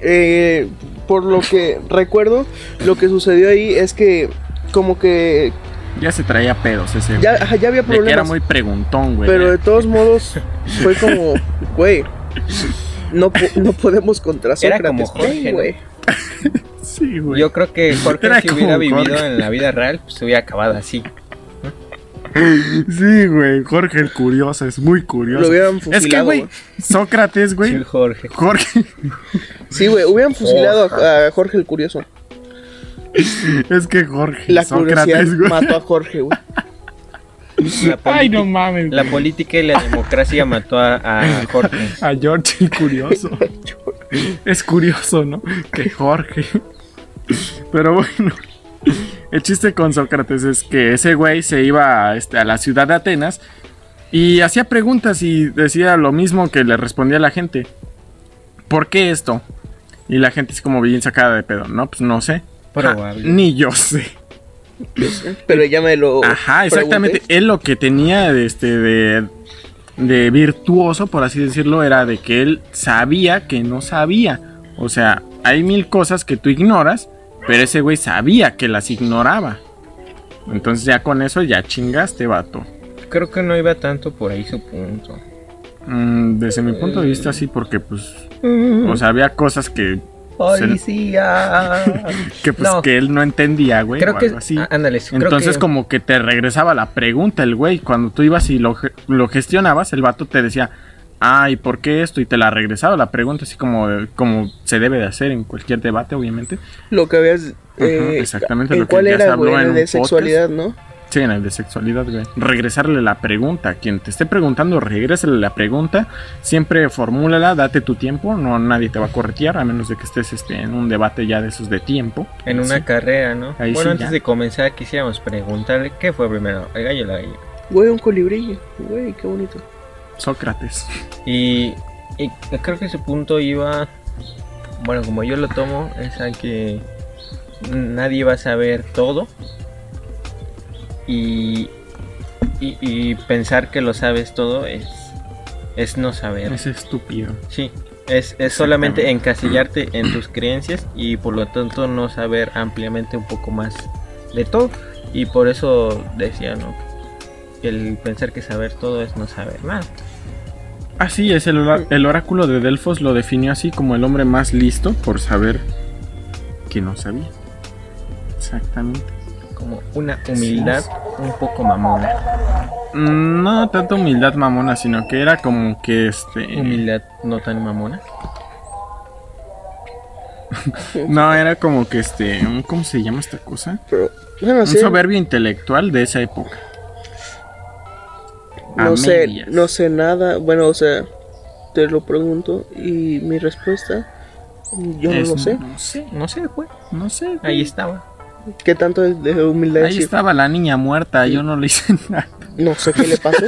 Eh, por lo que recuerdo, lo que sucedió ahí es que como que Ya se traía pedos ese güey. ya, ajá, ya había De que era problemas, muy preguntón, güey. pero de todos modos fue como, güey, no, po- no podemos contra Era Sócrates, como Jorge, ¿no? güey. Sí, güey. Yo creo que Jorge, Era si hubiera como vivido Jorge. en la vida real, pues se hubiera acabado así. Sí, güey. Jorge el curioso. Es muy curioso. Lo hubieran es que, fusilado, güey. güey. Sócrates, Sí, güey. Jorge. Jorge. Sí, güey, Oh, hubieran fusilado a, a Jorge el Curioso. Es que Jorge. La curiosidad Sócrates, güey. mató a Jorge, güey. La, Ay, no politi- mames. la política y la democracia mató a, a Jorge. A George el curioso. es curioso, ¿no? Que Jorge. Pero bueno. El chiste con Sócrates es que ese güey se iba a, este, a la ciudad de Atenas y hacía preguntas y decía lo mismo que le respondía a la gente. ¿Por qué esto? Y la gente es como bien sacada de pedo, ¿no? Pues no sé. Probable. Ja, ni yo sé. Pero ya me lo Ajá, exactamente. pregunté. Él lo que tenía de, este, de, de virtuoso, por así decirlo, era de que él sabía que no sabía. O sea, hay mil cosas que tú ignoras, pero ese güey sabía que las ignoraba. Entonces ya con eso ya chingaste, vato. Creo que no iba tanto por ahí su punto. Mm, desde mi punto de vista, sí, porque pues... O sea, había cosas que, Policía. que, pues, No. que él no entendía, güey. creo o que. algo así. ah, ándale, creo Entonces que- como que te regresaba la pregunta el güey. Cuando tú ibas y lo, ge- lo gestionabas, el vato te decía, ay, ¿por qué esto? Y te la regresaba la pregunta, así como, eh, como se debe de hacer en cualquier debate, obviamente. Lo que habías... eh, exactamente, ¿En lo que cuál ya se era, habló güey? en En el un de podcast. sexualidad, ¿no? Sí, en el de sexualidad, güey. Regresarle la pregunta. Quien te esté preguntando, regrésale la pregunta. Siempre formúlala, date tu tiempo. No, nadie te va a corretear, a menos de que estés este, en un debate ya de esos de tiempo. En una Sí. carrera, ¿no? Ahí bueno, sí, antes ya. de comenzar, quisiéramos preguntarle qué fue primero, el gallo o la gallina. Güey, un colibrí. Güey, qué bonito. Sócrates. Y, y creo que su punto iba. Bueno, como yo lo tomo, es a que nadie va a saber todo. Y, y, y pensar que lo sabes todo es, es no saber. Es estúpido. Sí, es, es solamente encasillarte en tus creencias y por lo tanto no saber ampliamente un poco más de todo. Y por eso decía, ¿no? Que el pensar que saber todo es no saber nada. Así Ah, es, el, ora- el oráculo de Delfos lo definió así como el hombre más listo por saber que no sabía. Exactamente. Como una humildad un poco mamona. No tanta humildad mamona, sino que era como que este... Humildad no tan mamona. No, era como que este... un- ¿Cómo se llama esta cosa? Pero, bueno, Un sí, soberbio intelectual de esa época. A no sé, medias. no sé nada. Bueno, o sea, te lo pregunto y mi respuesta, yo Es- no lo sé. No sé, No sé, güey. no sé. Ahí güey. estaba. ¿Qué tanto es de humildad Ahí decir? estaba la niña muerta, yo no le hice nada. No sé qué le pasó.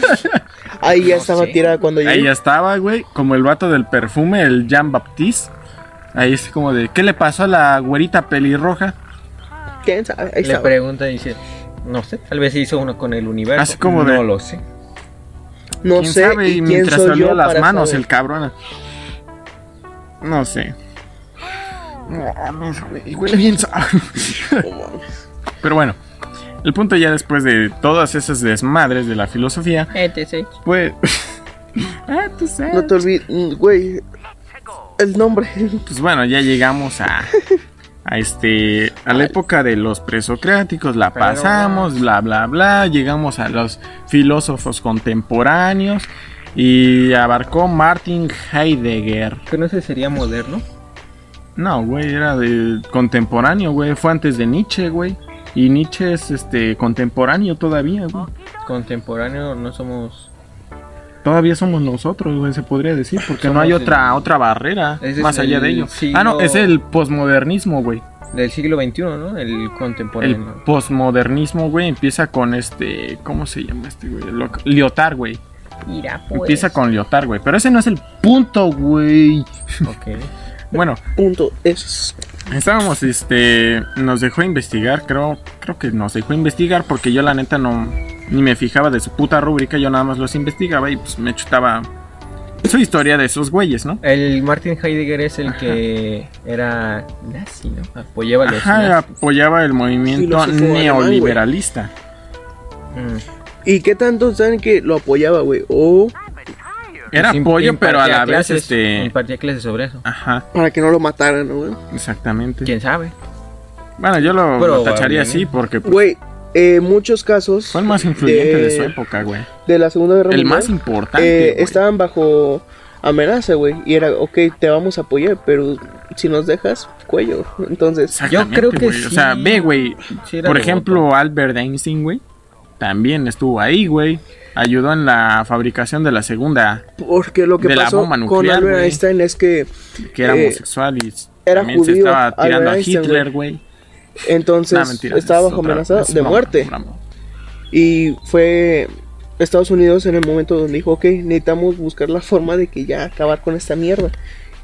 Ahí ya No estaba sé. tirada cuando Ahí ya yo. estaba, güey, como el vato del perfume, el Jean Baptiste. Ahí es como de, ¿qué le pasó a la güerita pelirroja? ¿Quién sabe? Ahí Le estaba. pregunta y dice, no sé, tal vez hizo uno con el universo. Así como no de- lo sé. No ¿Quién sé. sabe? ¿y Y quién mientras soy se olía yo las para manos, saber? el cabrón. No sé. No, no sé, güey, Huele bien sabroso. Pero bueno, el punto ya después de todas esas desmadres de la filosofía, pues... Ah, tú sabes. No te olvides, mm, güey. El nombre. Pues bueno, ya llegamos a, a este a la época de los presocráticos, la Pero- pasamos, bla bla bla, llegamos a los filósofos contemporáneos y abarcó Martin Heidegger. Que no sé, sería moderno. No, güey, era de contemporáneo, güey, fue antes de Nietzsche, güey. Y Nietzsche es este contemporáneo todavía, güey. Contemporáneo no somos. Todavía somos nosotros, güey, se podría decir, porque no Somos hay el- otra otra barrera Ese es más allá el de ello. siglo- Ah, no, es el posmodernismo, güey. Del siglo XXI, ¿no? El El contemporáneo. posmodernismo, güey, empieza con este. ¿Cómo se llama este, güey? Lo- Lyotard, güey. Mira, pues. Empieza con Lyotard, güey. Pero ese no es el punto, güey. Ok. Bueno, Punto. Es. estábamos, este. Nos dejó investigar, creo. Creo que nos dejó investigar porque yo, la neta, no. Ni me fijaba de su puta rúbrica. Yo nada más los investigaba y pues me chutaba su historia de esos güeyes, ¿no? El Martin Heidegger es el que era nazi, ¿no? Apoyaba a los Ajá, nazis. apoyaba el movimiento Filósofo alemán, güey. neoliberalista. Mm. ¿Y qué tanto saben que lo apoyaba, güey? O Era Pues imp- apoyo, pero a impartía la vez, clases- este. Impartía clases sobre eso. Ajá, para que no lo mataran, ¿no, güey? exactamente. ¿Quién sabe? Bueno, yo lo, Pero, lo tacharía bueno, así porque pues, Güey, eh, muchos casos. fue el más influyente de, su de- época, güey. de la Segunda Guerra El Mundial, más importante. eh, güey. estaban bajo amenaza, güey. Y era, ok, te vamos a apoyar, pero si nos dejas, cuello. Entonces, Exactamente, Yo creo que güey. O sea, sí. ve, güey. Sí, era Por devoto. ejemplo, Albert Einstein, güey. También estuvo ahí, güey. Ayudó en la fabricación de la segunda, porque lo que de la pasó bomba con nuclear, Albert güey. Einstein es que que era Eh, homosexual y era también se judío, estaba Albert tirando a Einstein, Hitler, güey. entonces Nah, mentira, estaba es bajo otra- amenaza es de broma, muerte. broma. Y fue Estados Unidos en el momento donde dijo, ok, necesitamos buscar la forma de que ya acabar con esta mierda.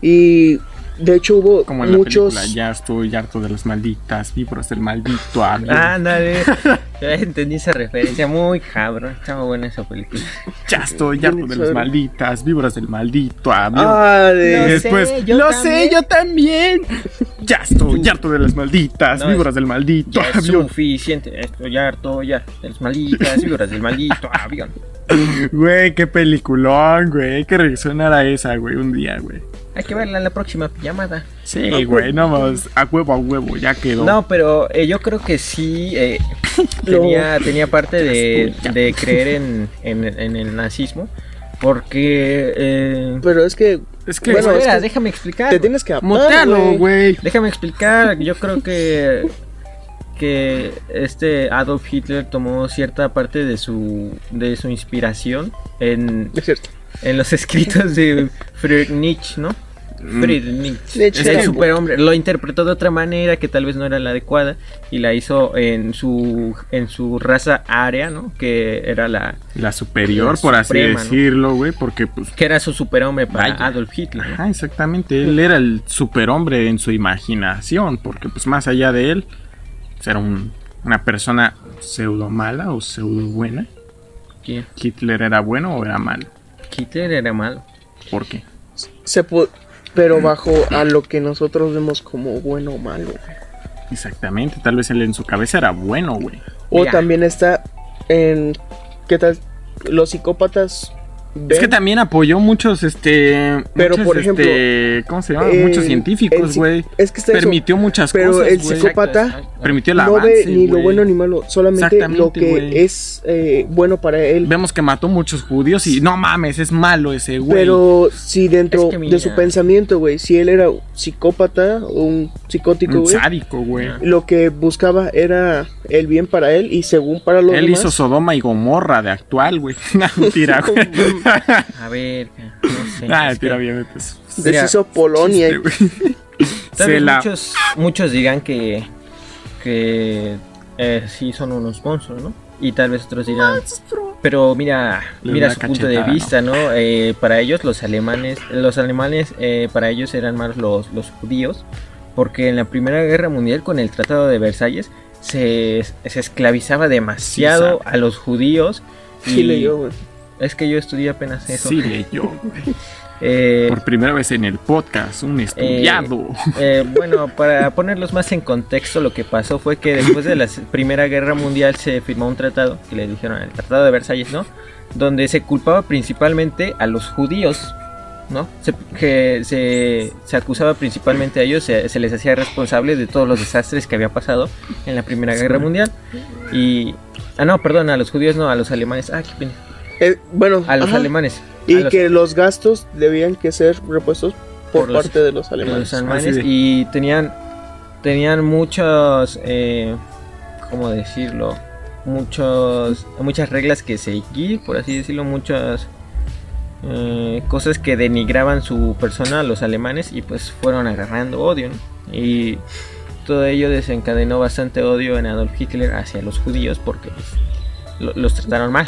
Y de hecho hubo Como en muchos... la película, ya estoy harto de las malditas vibras del maldito ah, avión. Ah, Ándale. Ya entendí esa referencia. Muy cabrón. Estaba buena esa película. Ya estoy harto de las malditas vibras del maldito avión. Ah, Y de... sé, después, yo lo sé, también". yo también. Ya estoy harto de las malditas No, víboras del maldito ah, Ya es avión. suficiente. Estoy harto ya. De las malditas figuras del maldito avión. Güey, qué peliculón, güey. Hay que reaccionar a esa, güey, un día, güey. Hay que verla en la próxima llamada. Sí, güey, no más. A huevo, a huevo, ya quedó. No, pero eh, yo creo que sí eh, No. tenía, tenía parte de, de creer en, en- en el nazismo. Porque. eh, pues, Pero es que Es que, Bueno, güey, espera, es que déjame explicar. te güey. tienes que adaptar, mutealo, güey. Déjame explicar. Yo creo que. Que este Adolf Hitler tomó cierta parte de su, de su inspiración en, Es cierto. en los escritos de Friedrich Nietzsche, ¿no? Mm. Friedrich Nietzsche. Nietzsche. Es el Sí. superhombre. Lo interpretó de otra manera que tal vez no era la adecuada y la hizo en su en su raza área, ¿no? Que era la La superior, La por así suprema, ¿no? decirlo, güey, porque, pues. que era su superhombre para Vaya. Adolf Hitler. ¿no? Ajá, exactamente. Él era el superhombre en su imaginación, porque, pues, más allá de él, pues, era un- una persona pseudo mala o pseudo buena. Que ¿Hitler era bueno o era malo? Hitler era malo. ¿Por qué? Se po- pero bajo a lo que nosotros vemos como bueno o malo. Exactamente, tal vez él en su cabeza era bueno, güey. O Ya. también está en... ¿Qué tal? Los psicópatas... Es que ven- también apoyó muchos, este. Pero, muchos, por ejemplo, este, ¿Cómo se llama? el- muchos el científicos, psi- güey. Es que está eso. Permitió muchas pero cosas. el güey. psico- Psicópata, Permitió el no avance. ve ni lo güey. bueno ni malo, solamente lo Exactamente, que güey. es eh, bueno para él. Vemos que mató muchos judíos y no mames, es malo ese güey. Pero si dentro Es que mira. de su pensamiento, güey, si él era un psicópata o un psicótico, Un güey, sádico, güey. Ajá. lo que buscaba era el bien para él y según para los Él demás. hizo Sodoma y Gomorra de actual, güey. No, mentira, güey. A ver, no sé. ah, es que mentira, obviamente. es un Mira, deshizo Polonia. chiste, güey. eh. tal Se vez la muchos muchos digan que que eh, sí son unos monstruos, ¿no? Y tal vez otros Ah, dirán, Pero mira, Le mira una su punto de cachetada, vista, ¿no? Eh, para ellos los alemanes, los alemanes eh, para ellos eran más los, los judíos, porque en la Primera Guerra Mundial con el Tratado de Versalles se, se esclavizaba demasiado Sí, a los judíos. y... Sí, leyó, güey. Es que yo estudié apenas eso. Sí, leyó, güey. Eh, Por primera vez en el podcast, un estudiado. Eh, bueno, para ponerlos más en contexto, lo que pasó fue que después de la Primera Guerra Mundial se firmó un tratado, que le dijeron el Tratado de Versalles, ¿no? Donde se culpaba principalmente a los judíos ¿no? Se, que se, se acusaba principalmente a ellos, se, se les hacía responsables de todos los desastres que había pasado en la Primera Guerra Mundial. Y. Ah, no, perdón, a los judíos no, a los alemanes. Ah, qué pena. Eh, bueno, A los ajá. alemanes. a Y los- que los gastos debían que ser repuestos por, Por los- parte de los de alemanes. los alemanes Así de- y tenían tenían muchos eh, cómo decirlo muchos muchas reglas que seguir por así decirlo muchas eh, cosas que denigraban su persona a los alemanes y pues fueron agarrando odio ¿no? y todo ello desencadenó bastante odio en Adolf Hitler hacia los judíos porque pues, lo- los trataron mal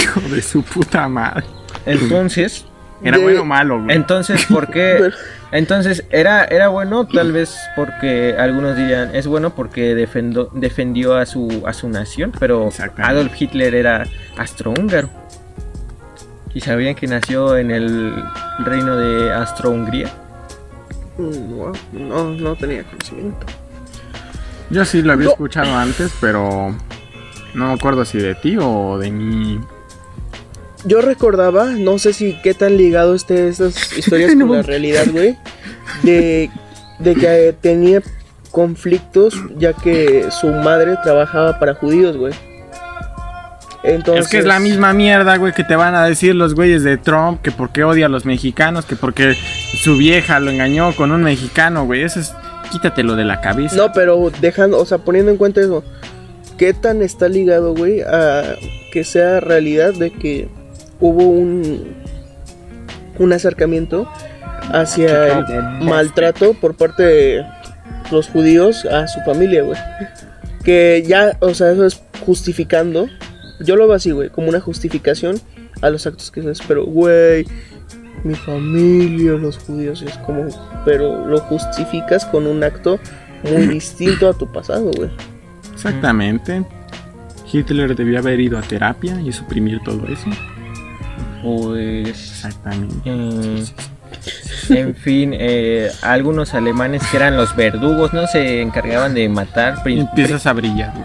Hijo de su puta madre. entonces Era De- bueno o malo, güey. entonces por qué Pero- Entonces, era, era bueno, tal vez porque algunos dirían, es bueno porque defendo- defendió a su, a su nación, pero Exactamente. Adolf Hitler era astrohúngaro. Y sabían que nació en el reino de Astrohungría. Mm, wow, No, no tenía conocimiento. Yo sí lo había No. escuchado antes, pero no me acuerdo si de ti o de mí. Yo recordaba, no sé si qué tan ligado esté estas historias con la realidad, güey, de, de que eh, tenía conflictos ya que su madre trabajaba para judíos, güey. Entonces, Es que es la misma mierda, güey, que te van a decir los güeyes de Trump, que porque odia a los mexicanos, que porque su vieja lo engañó con un mexicano, güey. Eso es, quítatelo de la cabeza. No, pero dejando, o sea, poniendo en cuenta eso, ¿qué tan está ligado, güey, a que sea realidad de que hubo un un acercamiento hacia el maltrato por parte de los judíos a su familia, güey? Que ya, o sea, eso es justificando. Yo lo veo así, güey, como una justificación a los actos que se pero güey, mi familia, los judíos, es como, pero lo justificas con un acto muy distinto a tu pasado, güey. Exactamente. Hitler debió haber ido a terapia y suprimir todo eso. Pues... Exactamente. eh, en fin, eh, algunos alemanes que eran los verdugos, ¿no? Se encargaban de matar Y prin- empiezas a brillar. güey.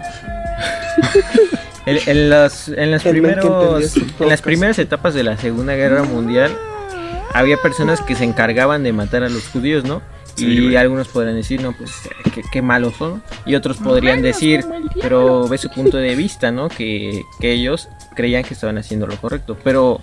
En, en las, en las El men que entendió primeros, este en las podcast. primeras etapas de la Segunda Guerra Mundial había personas que se encargaban de matar a los judíos, ¿no? Sí, y güey. algunos podrían decir, no, pues eh, qué, qué malos son. Y otros podrían decir, pero ve su punto de vista, ¿no? Que, que ellos creían que estaban haciendo lo correcto. Pero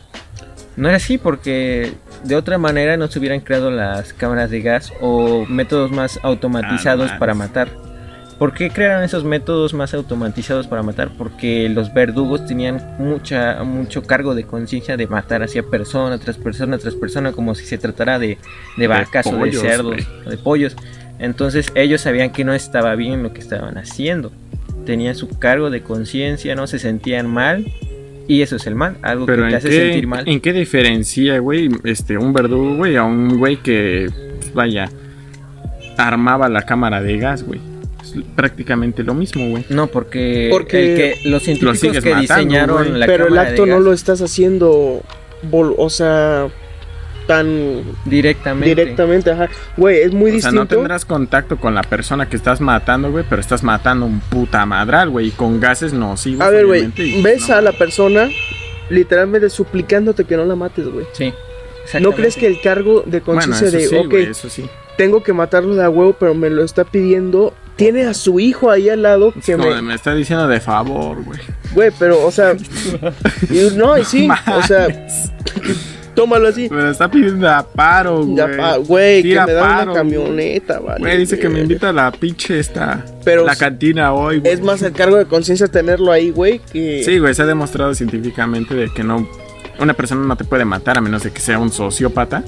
no era así porque de otra manera no se hubieran creado las cámaras de gas o métodos más automatizados Ah, no para mames. matar. ¿Por qué crearon esos métodos más automatizados para matar? Porque los verdugos tenían mucha, mucho cargo de conciencia de matar hacia persona tras persona tras persona, como si se tratara de, de vacas o de pollos, cerdos, güey. o de pollos. Entonces ellos sabían que no estaba bien lo que estaban haciendo. Tenían su cargo de conciencia, no se sentían mal. Y eso es el mal, algo Pero que te ¿en hace qué, sentir mal. ¿en qué diferencia, güey, este, un verdugo, güey, a un güey que, pues, vaya, armaba la cámara de gas, güey? Es prácticamente lo mismo, güey. No, porque, Porque el que- los científicos sigues que matando, diseñaron güey. la pero el cámara de acto no gas lo estás haciendo, vol- o sea, tan directamente. directamente, ajá. Güey, es muy o sea, no distinto. tendrás contacto con la persona que estás matando, güey, pero estás matando un puta madral, güey, y con gases nocivos. a ver, güey, obviamente, y, pues, ves no, a la persona literalmente suplicándote que no la mates, güey. Sí. ¿No crees exactamente. que el cargo de Bueno, conciencia eso sí, de, ok, güey, eso sí. tengo que matarlo de a huevo, pero me lo está pidiendo? Tiene a su hijo ahí al lado Es que como me... de, me está diciendo de favor, güey. Güey, pero, o sea... y- no, y sí, o sea, tómalo así. Me lo está pidiendo a paro, güey. Ya pa- Güey, que Tira me dan paro, una güey. camioneta, vale. Güey, dice que me verga. invita a la pinche esta. Pero la sí- cantina hoy, güey. Es más el cargo de conciencia tenerlo ahí, güey, que... Sí, güey, se ha demostrado científicamente de que no. Una persona no te puede matar a menos de que sea un sociópata.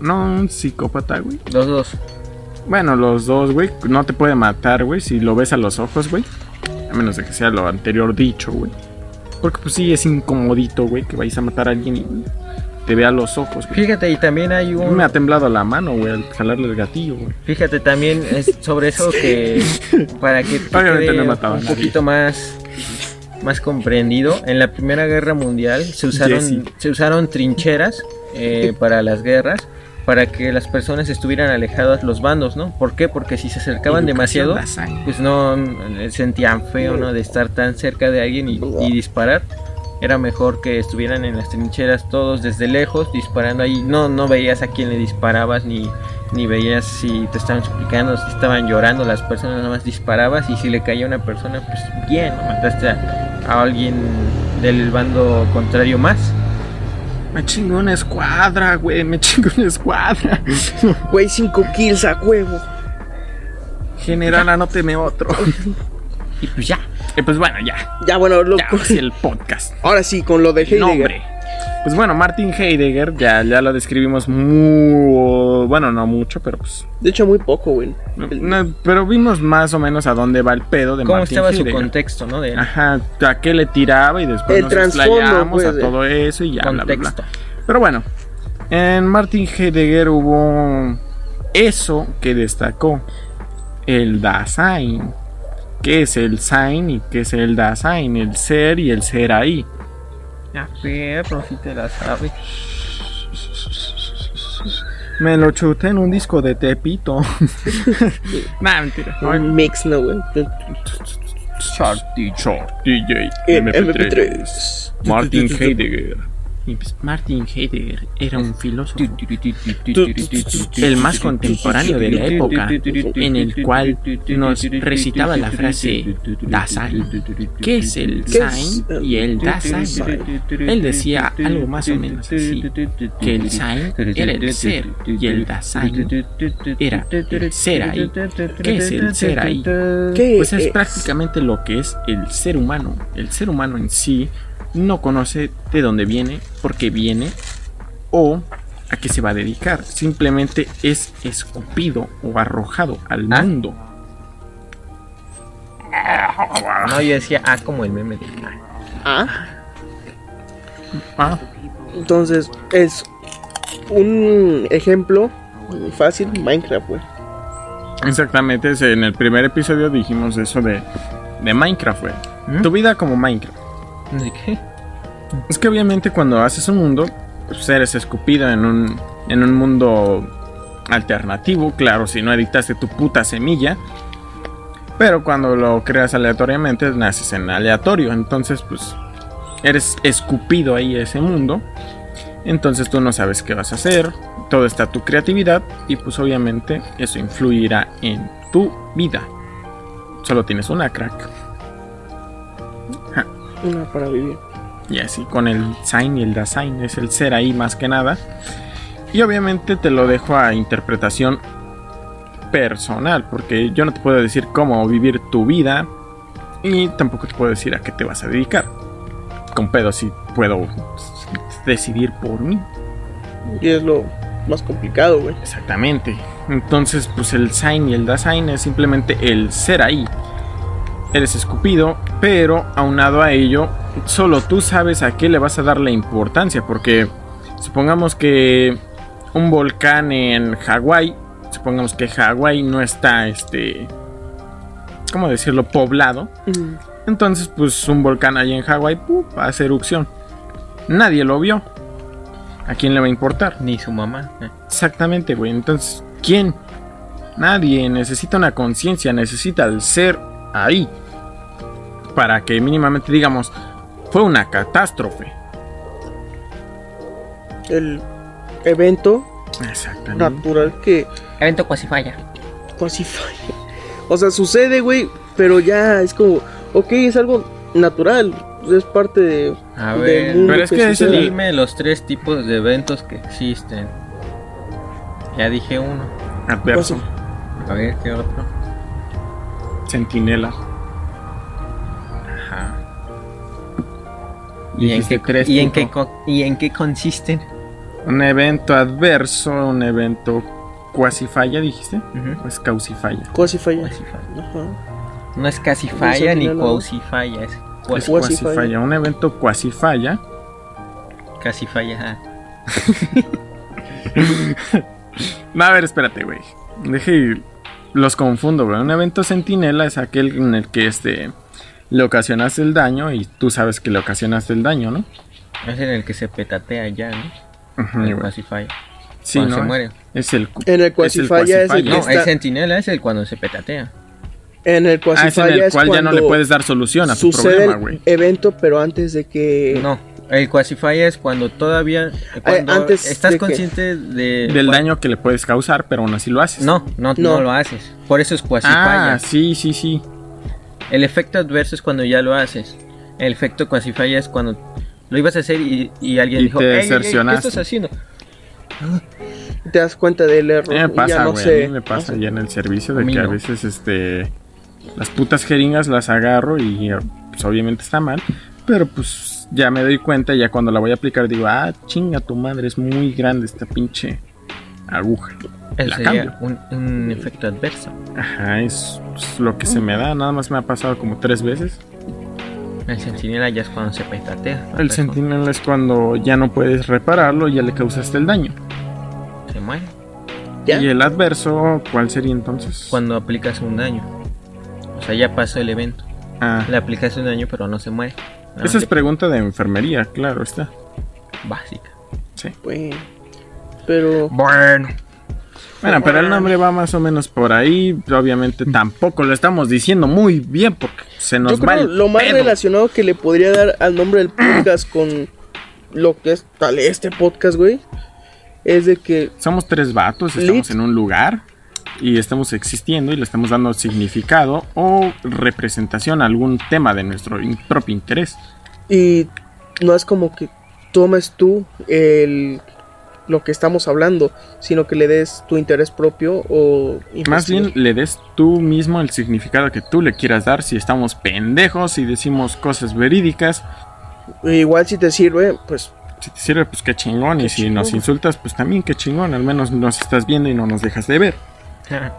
No, un psicópata, güey. Los dos. Bueno, los dos, güey, no te puede matar, güey, si lo ves a los ojos, güey. A menos de que sea lo anterior dicho, güey. Porque pues sí, es incomodito, güey, que vayas a matar a alguien y güey, te vea a los ojos, güey. Fíjate, y también hay A mí un. Me ha temblado la mano, güey, al jalarle el gatillo, güey. Fíjate también es sobre eso que. Para que te Obviamente quede no he matado a un nadie. poquito más. Más comprendido. En la Primera Guerra Mundial se usaron, Jesse. se usaron trincheras eh, para las guerras. Para que las personas estuvieran alejadas los bandos, ¿no? ¿Por qué? Porque si se acercaban Educación demasiado, la sangre. pues no mm, sentían feo, ¿no? De estar tan cerca de alguien y, y disparar. era mejor que estuvieran en las trincheras todos desde lejos disparando ahí. No, no veías a quién le disparabas ni, ni veías si te estaban suplicando, si estaban llorando las personas, nada más disparabas y si le caía una persona, pues bien, mataste a, a alguien del bando contrario más. Me chingo una escuadra, güey. Me chingo una escuadra. Güey, 5 kills a huevo. General, anóteme otro. Y pues ya. Eh, pues bueno, ya. Ya, bueno, loco. Ya, sí, el podcast. Ahora sí, con lo de Heidegger. Nombre. Pues bueno, Martin Heidegger, ya, ya lo describimos muy. Bueno, no mucho, pero pues. De hecho, muy poco, güey. no, pero vimos más o menos a dónde va el pedo de ¿Cómo Martin estaba su Heidegger. contexto, no? De Ajá, a qué le tiraba y después El nos trasfondo, explayamos pues, a de- todo eso y ya, bla, bla, bla. contexto. Pero bueno, en Martin Heidegger hubo eso que destacó: el Dasein. ¿Qué es el Sein y qué es el Dasein? El ser y el ser ahí. Ah, perro, si te la sabes. Me lo chuté en un disco de Tepito. nah, mentira. Un mix, ¿no, güey? Short DJ El MP3. Martin Heidegger. pues, Martin Heidegger era un filósofo. El más contemporáneo de la época, en el cual nos recitaba la frase Dasein. ¿Qué es el ¿Qué es? Sein y el Dasein? Él decía algo más o menos así, que el Sein era el ser y el Dasein era el ser ahí. ¿Qué es el ser ahí? ¿Qué Eh, Pues es es? prácticamente lo que es el ser humano. El ser humano en sí no conoce de dónde viene, por qué viene o a qué se va a dedicar. Simplemente es escupido o arrojado al Ah. mundo. No, yo decía, ah, como el meme de Ah, ah, Ah, entonces es un ejemplo fácil Minecraft, güey. exactamente. es- En el primer episodio dijimos eso de, de Minecraft, güey. ¿Mm? Tu vida como Minecraft. ¿De qué? Es que obviamente cuando haces un mundo, pues eres escupido en un, en un mundo alternativo, claro, si no editaste tu puta semilla. Pero cuando lo creas aleatoriamente, naces en aleatorio. Entonces, pues, eres escupido ahí a ese mundo. Entonces tú no sabes qué vas a hacer. Todo está tu creatividad. Y pues obviamente eso influirá en tu vida. Solo tienes una crack. Una para vivir. Y así con el sign y el design es el ser ahí más que nada. Y obviamente te lo dejo a interpretación personal, porque yo no te puedo decir cómo vivir tu vida y tampoco te puedo decir a qué te vas a dedicar. Con pedo si puedo decidir por mí. Y es lo más complicado, güey. Exactamente. Entonces, pues el sign y el design es simplemente el ser ahí. Eres escupido, pero aunado a ello, solo tú sabes a qué le vas a dar la importancia, porque supongamos que un volcán en Hawái, supongamos que Hawái no está, este, ¿cómo decirlo?, poblado. Mm. Entonces, pues un volcán ahí en Hawái, ¡pum!, hace erupción. Nadie lo vio. ¿A quién le va a importar? Ni su mamá. eh. Exactamente, güey. Entonces, ¿quién? Nadie necesita una conciencia, necesita el ser ahí. Para que mínimamente digamos, fue una catástrofe. El evento Exactamente. natural que Evento cuasi falla. casi falla. O sea, sucede, güey, pero ya es como, ok, es algo natural, es parte de... A del ver, mundo pero es que es sucede. el- Dime los tres tipos de eventos que existen. Ya dije uno. Adverso. Pues A ver, ¿qué otro? Sentinela. Ajá. ¿Y en, Dijiste qué, tres y, en qué, punto. co- ¿Y en qué consisten? Un evento adverso, un evento cuasi falla, dijiste. Ujú. Pues causifalla. Casi falla. Cuasi falla. Ajá. No es casi falla ni sentinela, ¿no? cuasi falla, es Es Pues cuasi, cuasi cuasi falla. Un evento cuasi falla. casi falla. ajá. No, a ver, espérate, güey. Deje. Los confundo, güey. Un evento sentinela es aquel en el que este. Le ocasionaste el daño y tú sabes que le ocasionaste el daño, ¿no? Es en el que se petatea ya, ¿no? Ujú, El güey. cuasi falla. Sí, cuando ¿no? se muere. Es el. cu- En el Es el cuasi falla es el cuasifalla. que No, está... el sentinela es el cuando se petatea. En el cual, Ah, es en el cual ya no le puedes dar solución a tu sucede problema, el güey. evento, pero antes de que No, el quasifier es cuando todavía eh, cuando antes estás de que- consciente de Del cua- daño que le puedes causar, pero aún así lo haces. Eh, No, pues, no, no, No. lo haces. Por eso es quasifier. Ah, sí, sí, sí. El efecto adverso es cuando ya lo haces. El efecto quasifier es cuando lo ibas a hacer y, y alguien Y dijo, te "Ey, ey, ey, ¿qué decepcionaste". estás haciendo? te das cuenta del A error. mí me y ya pasa, no güey. sé. a mí me pasa no sé. ya en el servicio A de mí que a no. veces, este. Las putas jeringas las agarro y, eh, pues, obviamente está mal. Pero, pues, ya me doy cuenta. Ya cuando la voy a aplicar, digo, ah, chinga tu madre, es muy grande esta pinche aguja. Eso La sería un, un efecto adverso. Ajá, es pues, lo que se me da. Nada más me ha pasado como tres veces. El centinela ya es cuando se petatea. la El persona sentinel es cuando ya no puedes repararlo, ya le causaste el daño. Se muere. ¿Ya? Y el adverso, ¿cuál sería entonces? Cuando aplicas un daño. O sea, ya pasó el evento. Ah, Le aplicas un daño, pero no se muere. Nada esa es más pregunta de enfermería, claro está. de- básica. Sí. Bueno, pero Bueno. Bueno, pero el nombre va más o menos por ahí. Obviamente tampoco lo estamos diciendo muy bien porque se nos Mm. yo va creo el lo más pedo. relacionado que le podría dar al nombre del podcast con lo que es tal este podcast, güey, es de que Somos tres vatos, estamos Lit. en un lugar y estamos existiendo y le estamos dando significado o representación a algún tema de nuestro in- propio interés. y no es como que tomes tú el lo que estamos hablando, sino que le des tu interés propio o Más investigar. bien le des tú mismo el significado que tú le quieras dar si estamos pendejos y decimos cosas verídicas. igual si te sirve, pues Si te sirve, pues qué chingón. Qué y si nos chingón. insultas, pues también qué chingón. Al menos nos estás viendo y no nos dejas de ver.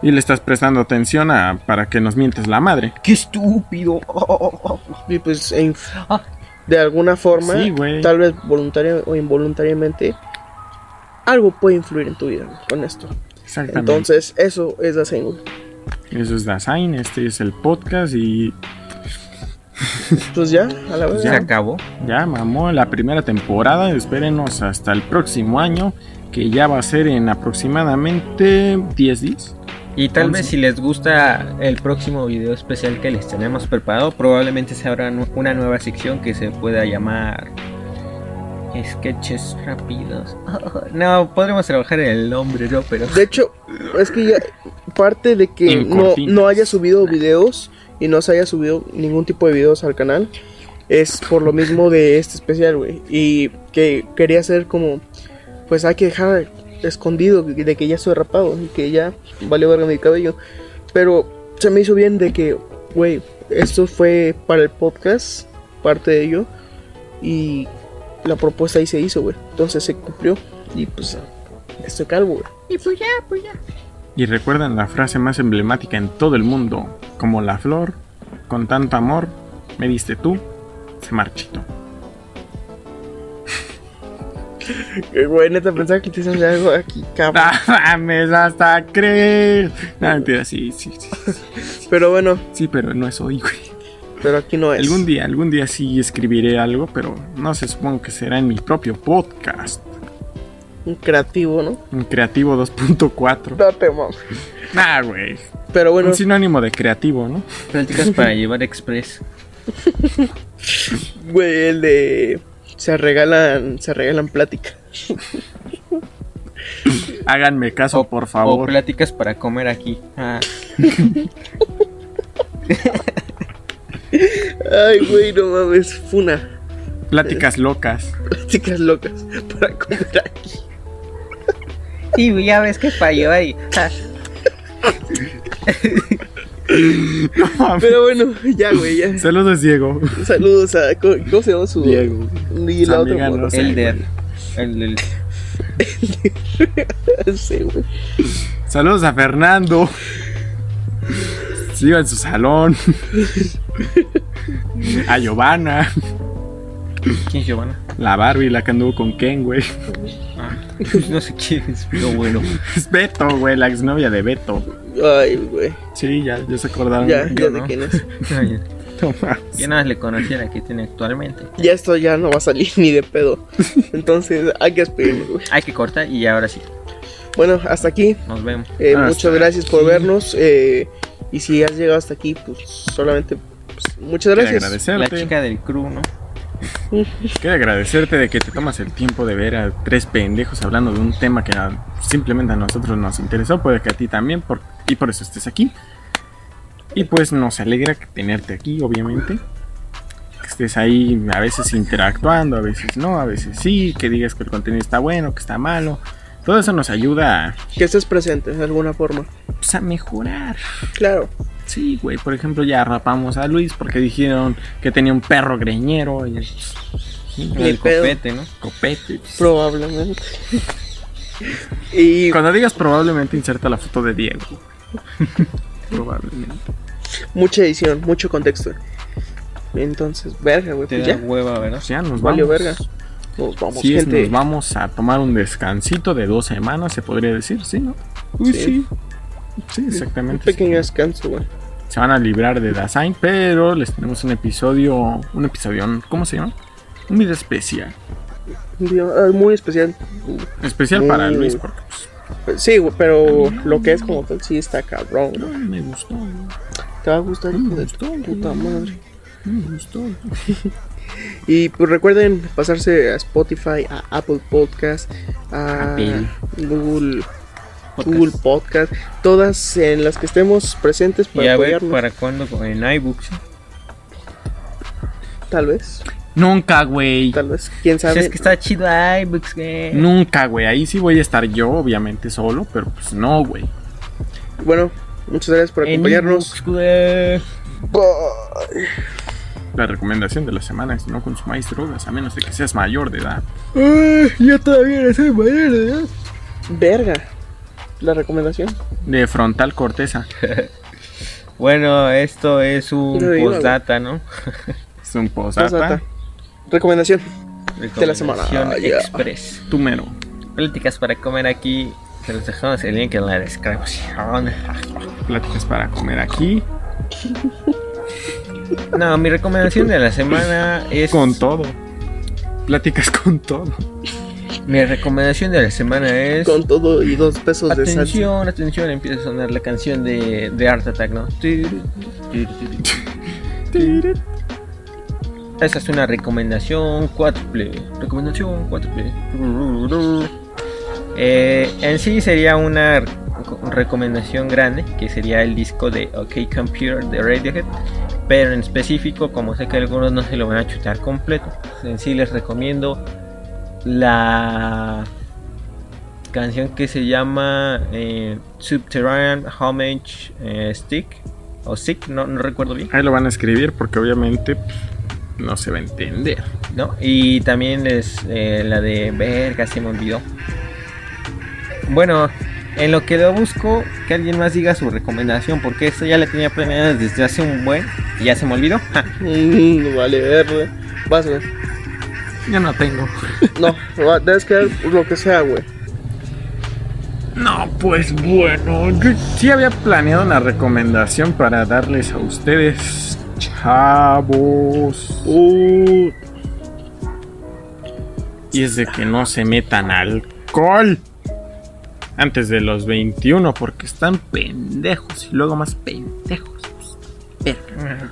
Y le estás prestando atención a, para que nos mientes la madre. ¡Qué estúpido! Oh, oh, oh, oh. y pues en- Ah. de alguna forma, Sí, güey. tal vez voluntaria o involuntariamente, algo puede influir en tu vida güey, con esto. Exactamente. Entonces, eso es la señal. Eso es Dasein, este es el podcast y Pues ya, a la vez. Se acabó. ya mamó la primera temporada. Espérenos hasta el próximo año, que ya va a ser en aproximadamente 10 días. Y tal Once. vez si les gusta el próximo video especial que les tenemos preparado, probablemente se habrá nu- una nueva sección que se pueda llamar Sketches Rápidos. No, podremos trabajar el nombre, ¿no? Pero De hecho, es que ya parte de que En no, cortinas. no haya subido videos y no se haya subido ningún tipo de videos al canal es por lo mismo de este especial, güey. Y que quería hacer como, pues hay que dejar escondido de que ya estoy rapado y que ya valió verga mi cabello. Pero se me hizo bien de que, güey, esto fue para el podcast, parte de ello. Y la propuesta ahí se hizo, güey. Entonces se cumplió y pues estoy calvo, güey. Y recuerdan la frase más emblemática en todo el mundo: Como la flor, con tanto amor, me diste tú, se marchito. Eh, Güey, neta, pensaba que te hicieron algo aquí, cabrón. ¡Ah, mames, hasta creer! No, mentira, sí, sí, sí. Pero bueno, Sí, pero no es hoy, güey. pero aquí no es. Algún día, algún día sí escribiré algo, pero no se supongo que será en mi propio podcast. Un creativo, ¿no? Un creativo 2.4. Date, mam. Nah, güey. Pero bueno, Un sinónimo de creativo, ¿no? prácticas para llevar express. güey, el de. Se regalan, se regalan plática. Háganme caso, por O favor. pláticas para comer aquí. Ah, Ay, güey, no mames, funa. Pláticas locas. Pláticas locas para comer aquí. y ya ves que para llevar y... ah, No, mames. Pero bueno, ya, güey, ya. Saludos, Diego. Saludos a. ¿Cómo, cómo se llama su. Y la otra. Amiga, morra? no sé, el de... güey. El del... Sí, güey. Saludos a Fernando. Sigan su salón. A Giovanna. ¿Quién es Giovanna? La Barbie, la que anduvo con Ken, güey. Ah, no sé quién es, pero bueno. Es Beto, güey, la exnovia de Beto. Ay, güey. Sí, ya, ya se acordaron. Ya, güey. yo ya de no. quién es. Ay, No mames. Yo nada más le conocí a la que tiene actualmente. Ya esto ya no va a salir ni de pedo. Entonces, hay que despedirnos, güey. Hay que cortar y ahora sí, Bueno, hasta aquí. nos vemos. Eh, Hasta muchas gracias por aquí. vernos. eh, Y si has llegado hasta aquí, pues solamente pues, muchas Quiero gracias. La agradecerte. chica del crew, ¿no? Quiero agradecerte de que te tomas el tiempo de ver a tres pendejos hablando de un tema que a- simplemente a nosotros nos interesó, puede que a ti también, por- y por eso estés aquí. Y pues nos alegra que- tenerte aquí, obviamente. Que estés ahí a veces interactuando, a veces no, a veces sí, que digas que el contenido está bueno, que está malo. Todo eso nos ayuda a, Que estés presente de alguna forma. pues, a mejorar. Claro. Sí, güey, por ejemplo, ya rapamos a Luis porque dijeron que tenía un perro greñero y el Ni El pedo. copete, ¿no? copete. pues. Probablemente. y Cuando digas probablemente inserta la foto de Diego. probablemente. mucha edición, mucho contexto. Entonces, verga, güey, Te pues da ya. hueva, ¿verdad? Pues ya nos Valió vamos. verga. Nos vamos, Sí, es, gente. nos vamos a tomar un descansito de dos semanas, se podría decir, ¿sí, no? Uy, Sí. Sí, Un exactamente. pequeño descanso, güey. Se van a librar de Dasein, pero les tenemos un episodio, un episodio, ¿cómo se llama? Un video especial. Un día, ah, Muy especial. Especial para Mm. Luis, porque pues, Sí, güey, pero lo que es como tal, sí está cabrón. no, güey. me gustó, no, Te va a gustar, hijo me de gustó, tu no, puta madre. me gustó. Y pues recuerden pasarse a Spotify, a Apple Podcast, a Apple. Google Google Podcast, todas en las que estemos presentes Y para a ver apoyarnos, para cuándo en iBooks. tal vez, Nunca, güey. tal vez, quién Si sabe. es que está chido iBooks, güey. Nunca, güey. Ahí sí voy a estar yo, obviamente solo, pero pues no, güey. Bueno, muchas gracias por En acompañarnos. iBooks, güey. Bye. La recomendación de la semana es no consumáis drogas a menos de que seas mayor de edad. Ay, Yo todavía no soy mayor, ¿verdad? ¿eh? Verga. La recomendación. De frontal corteza. Bueno, esto es un Yo digo, postdata, ¿no? Es un Ah, Posdata. posata. Recomendación. De la semana, Recomendación ya. Express. Túmero. Pláticas para comer aquí. Se los dejamos el link en la descripción. Pláticas para comer aquí. No, mi recomendación de la semana es. Con todo. Pláticas con todo. Mi recomendación de la semana es. Con todo y dos pesos de salsa. Atención, atención, empieza a sonar la canción de, de Art Attack, ¿no? Tiru, tiru, tiru. Esa es una recomendación cuádruple. Recomendación cuádruple. Eh, en sí sería una re- recomendación grande, que sería el disco de OK Computer de Radiohead. Pero en específico, como sé que algunos no se lo van a chutar completo, en sí les recomiendo la canción que se llama eh, Subterranean Homage eh, Stick o Stick, no, no recuerdo bien. Ahí lo van a escribir porque obviamente pues, no se va a entender. ¿no? Y también es eh, la de verga, se me olvidó. Bueno, en lo que lo busco, que alguien más diga su recomendación, porque esto ya la tenía planeada desde hace un buen y ya se me olvidó. Ja. Mm, vale, verga. Vas, güey. Yo no tengo. No, va- debes crear lo que sea, güey. No, pues bueno, yo sí había planeado una recomendación para darles a ustedes, chavos. Uh, Y es de que no se metan alcohol antes de los 21 porque están pendejos y luego más pendejos.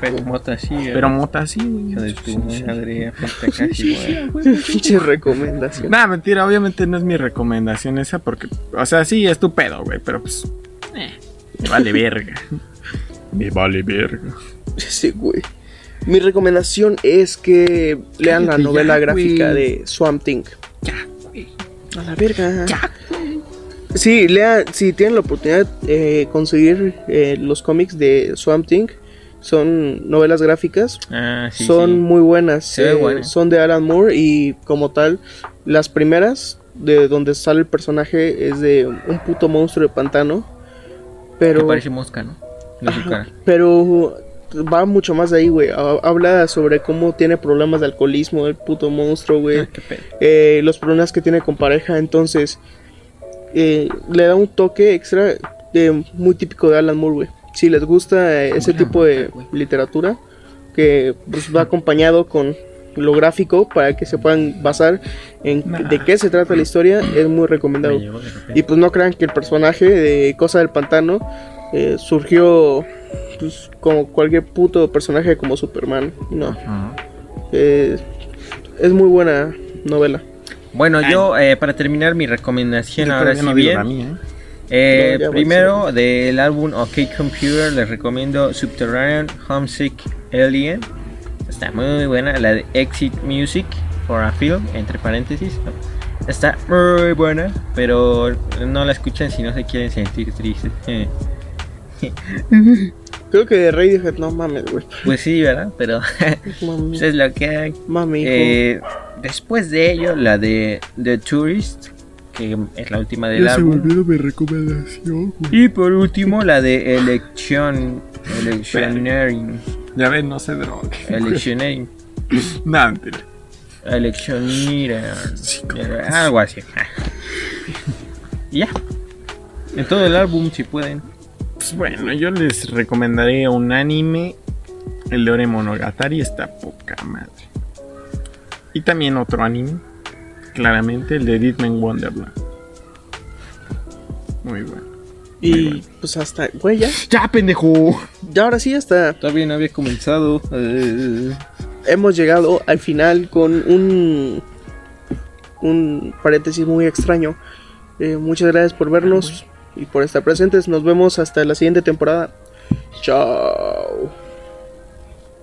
Pero mota así, eh. Pero mota así, Hijo de güey. tu madre, aparte casi, güey. pinche recomendación. Nah, mentira, obviamente no es mi recomendación esa porque, o sea, sí, es tu pedo, güey, pero pues, eh, me vale verga. Me vale verga. Sí, güey. Mi recomendación es que lean la Cállate ya, novela gráfica güey. de Swamp Thing. Ya, güey. A la verga. Ya, Sí, lean, si tienen la oportunidad de conseguir eh, los cómics de Swamp Thing, son novelas gráficas, Ah, sí, son sí. muy buenas. eh, Se ve buena. Son de Alan Moore y como tal, las primeras de donde sale el personaje es de un puto monstruo de pantano. Que Pero parece mosca, ¿no? De su cara. Pero va mucho más de ahí, güey. Ha- Habla sobre cómo tiene problemas de alcoholismo, el puto monstruo, güey. Ah, qué pedo. Eh, los problemas que tiene con pareja. Entonces, eh, le da un toque extra eh, muy típico de Alan Moore, güey. Si les gusta eh, ese tipo de literatura, que pues, va acompañado con lo gráfico para que se puedan basar en Nah. de qué se trata la historia, es muy Me recomendado. llegó de repente. Y pues no crean que el personaje de Cosa del Pantano eh, surgió pues, como cualquier puto personaje como Superman. No, eh, es muy buena novela. Bueno, yo eh, para terminar mi recomendación ahora sí bien. No, Eh, ya voy, primero del álbum OK Computer les recomiendo Subterranean Homesick Alien. Está muy buena. La de Exit Music for a Film, entre paréntesis. Está muy buena, pero no la escuchan si no se quieren sentir tristes. Creo que Radiohead, no mames, güey. Pues sí, ¿verdad? Pero Mami, pues es lo que hay. mami, hijo. Eh, después de ello, la de The Tourist, que es la última del álbum. mi recomendación, Y por último, la de Election. Electioneering. Ya ven, no se drogue. Electioneering. Nada, ándale. Electioneering. Sí, Algo así. Y ya. En todo el álbum, si pueden. Pues bueno, yo les recomendaré un anime. El de Ore Monogatari está poca madre. Y también otro anime. Claramente, el de Deadman Wonderland. Muy bueno. y pues hasta, güey, ya. ¡Ya, pendejo! Ya ahora sí, hasta Todavía no había comenzado. eh, hemos llegado al final con un, un paréntesis muy extraño. Eh, muchas gracias por vernos y por estar presentes. Nos vemos hasta la siguiente temporada. Chao.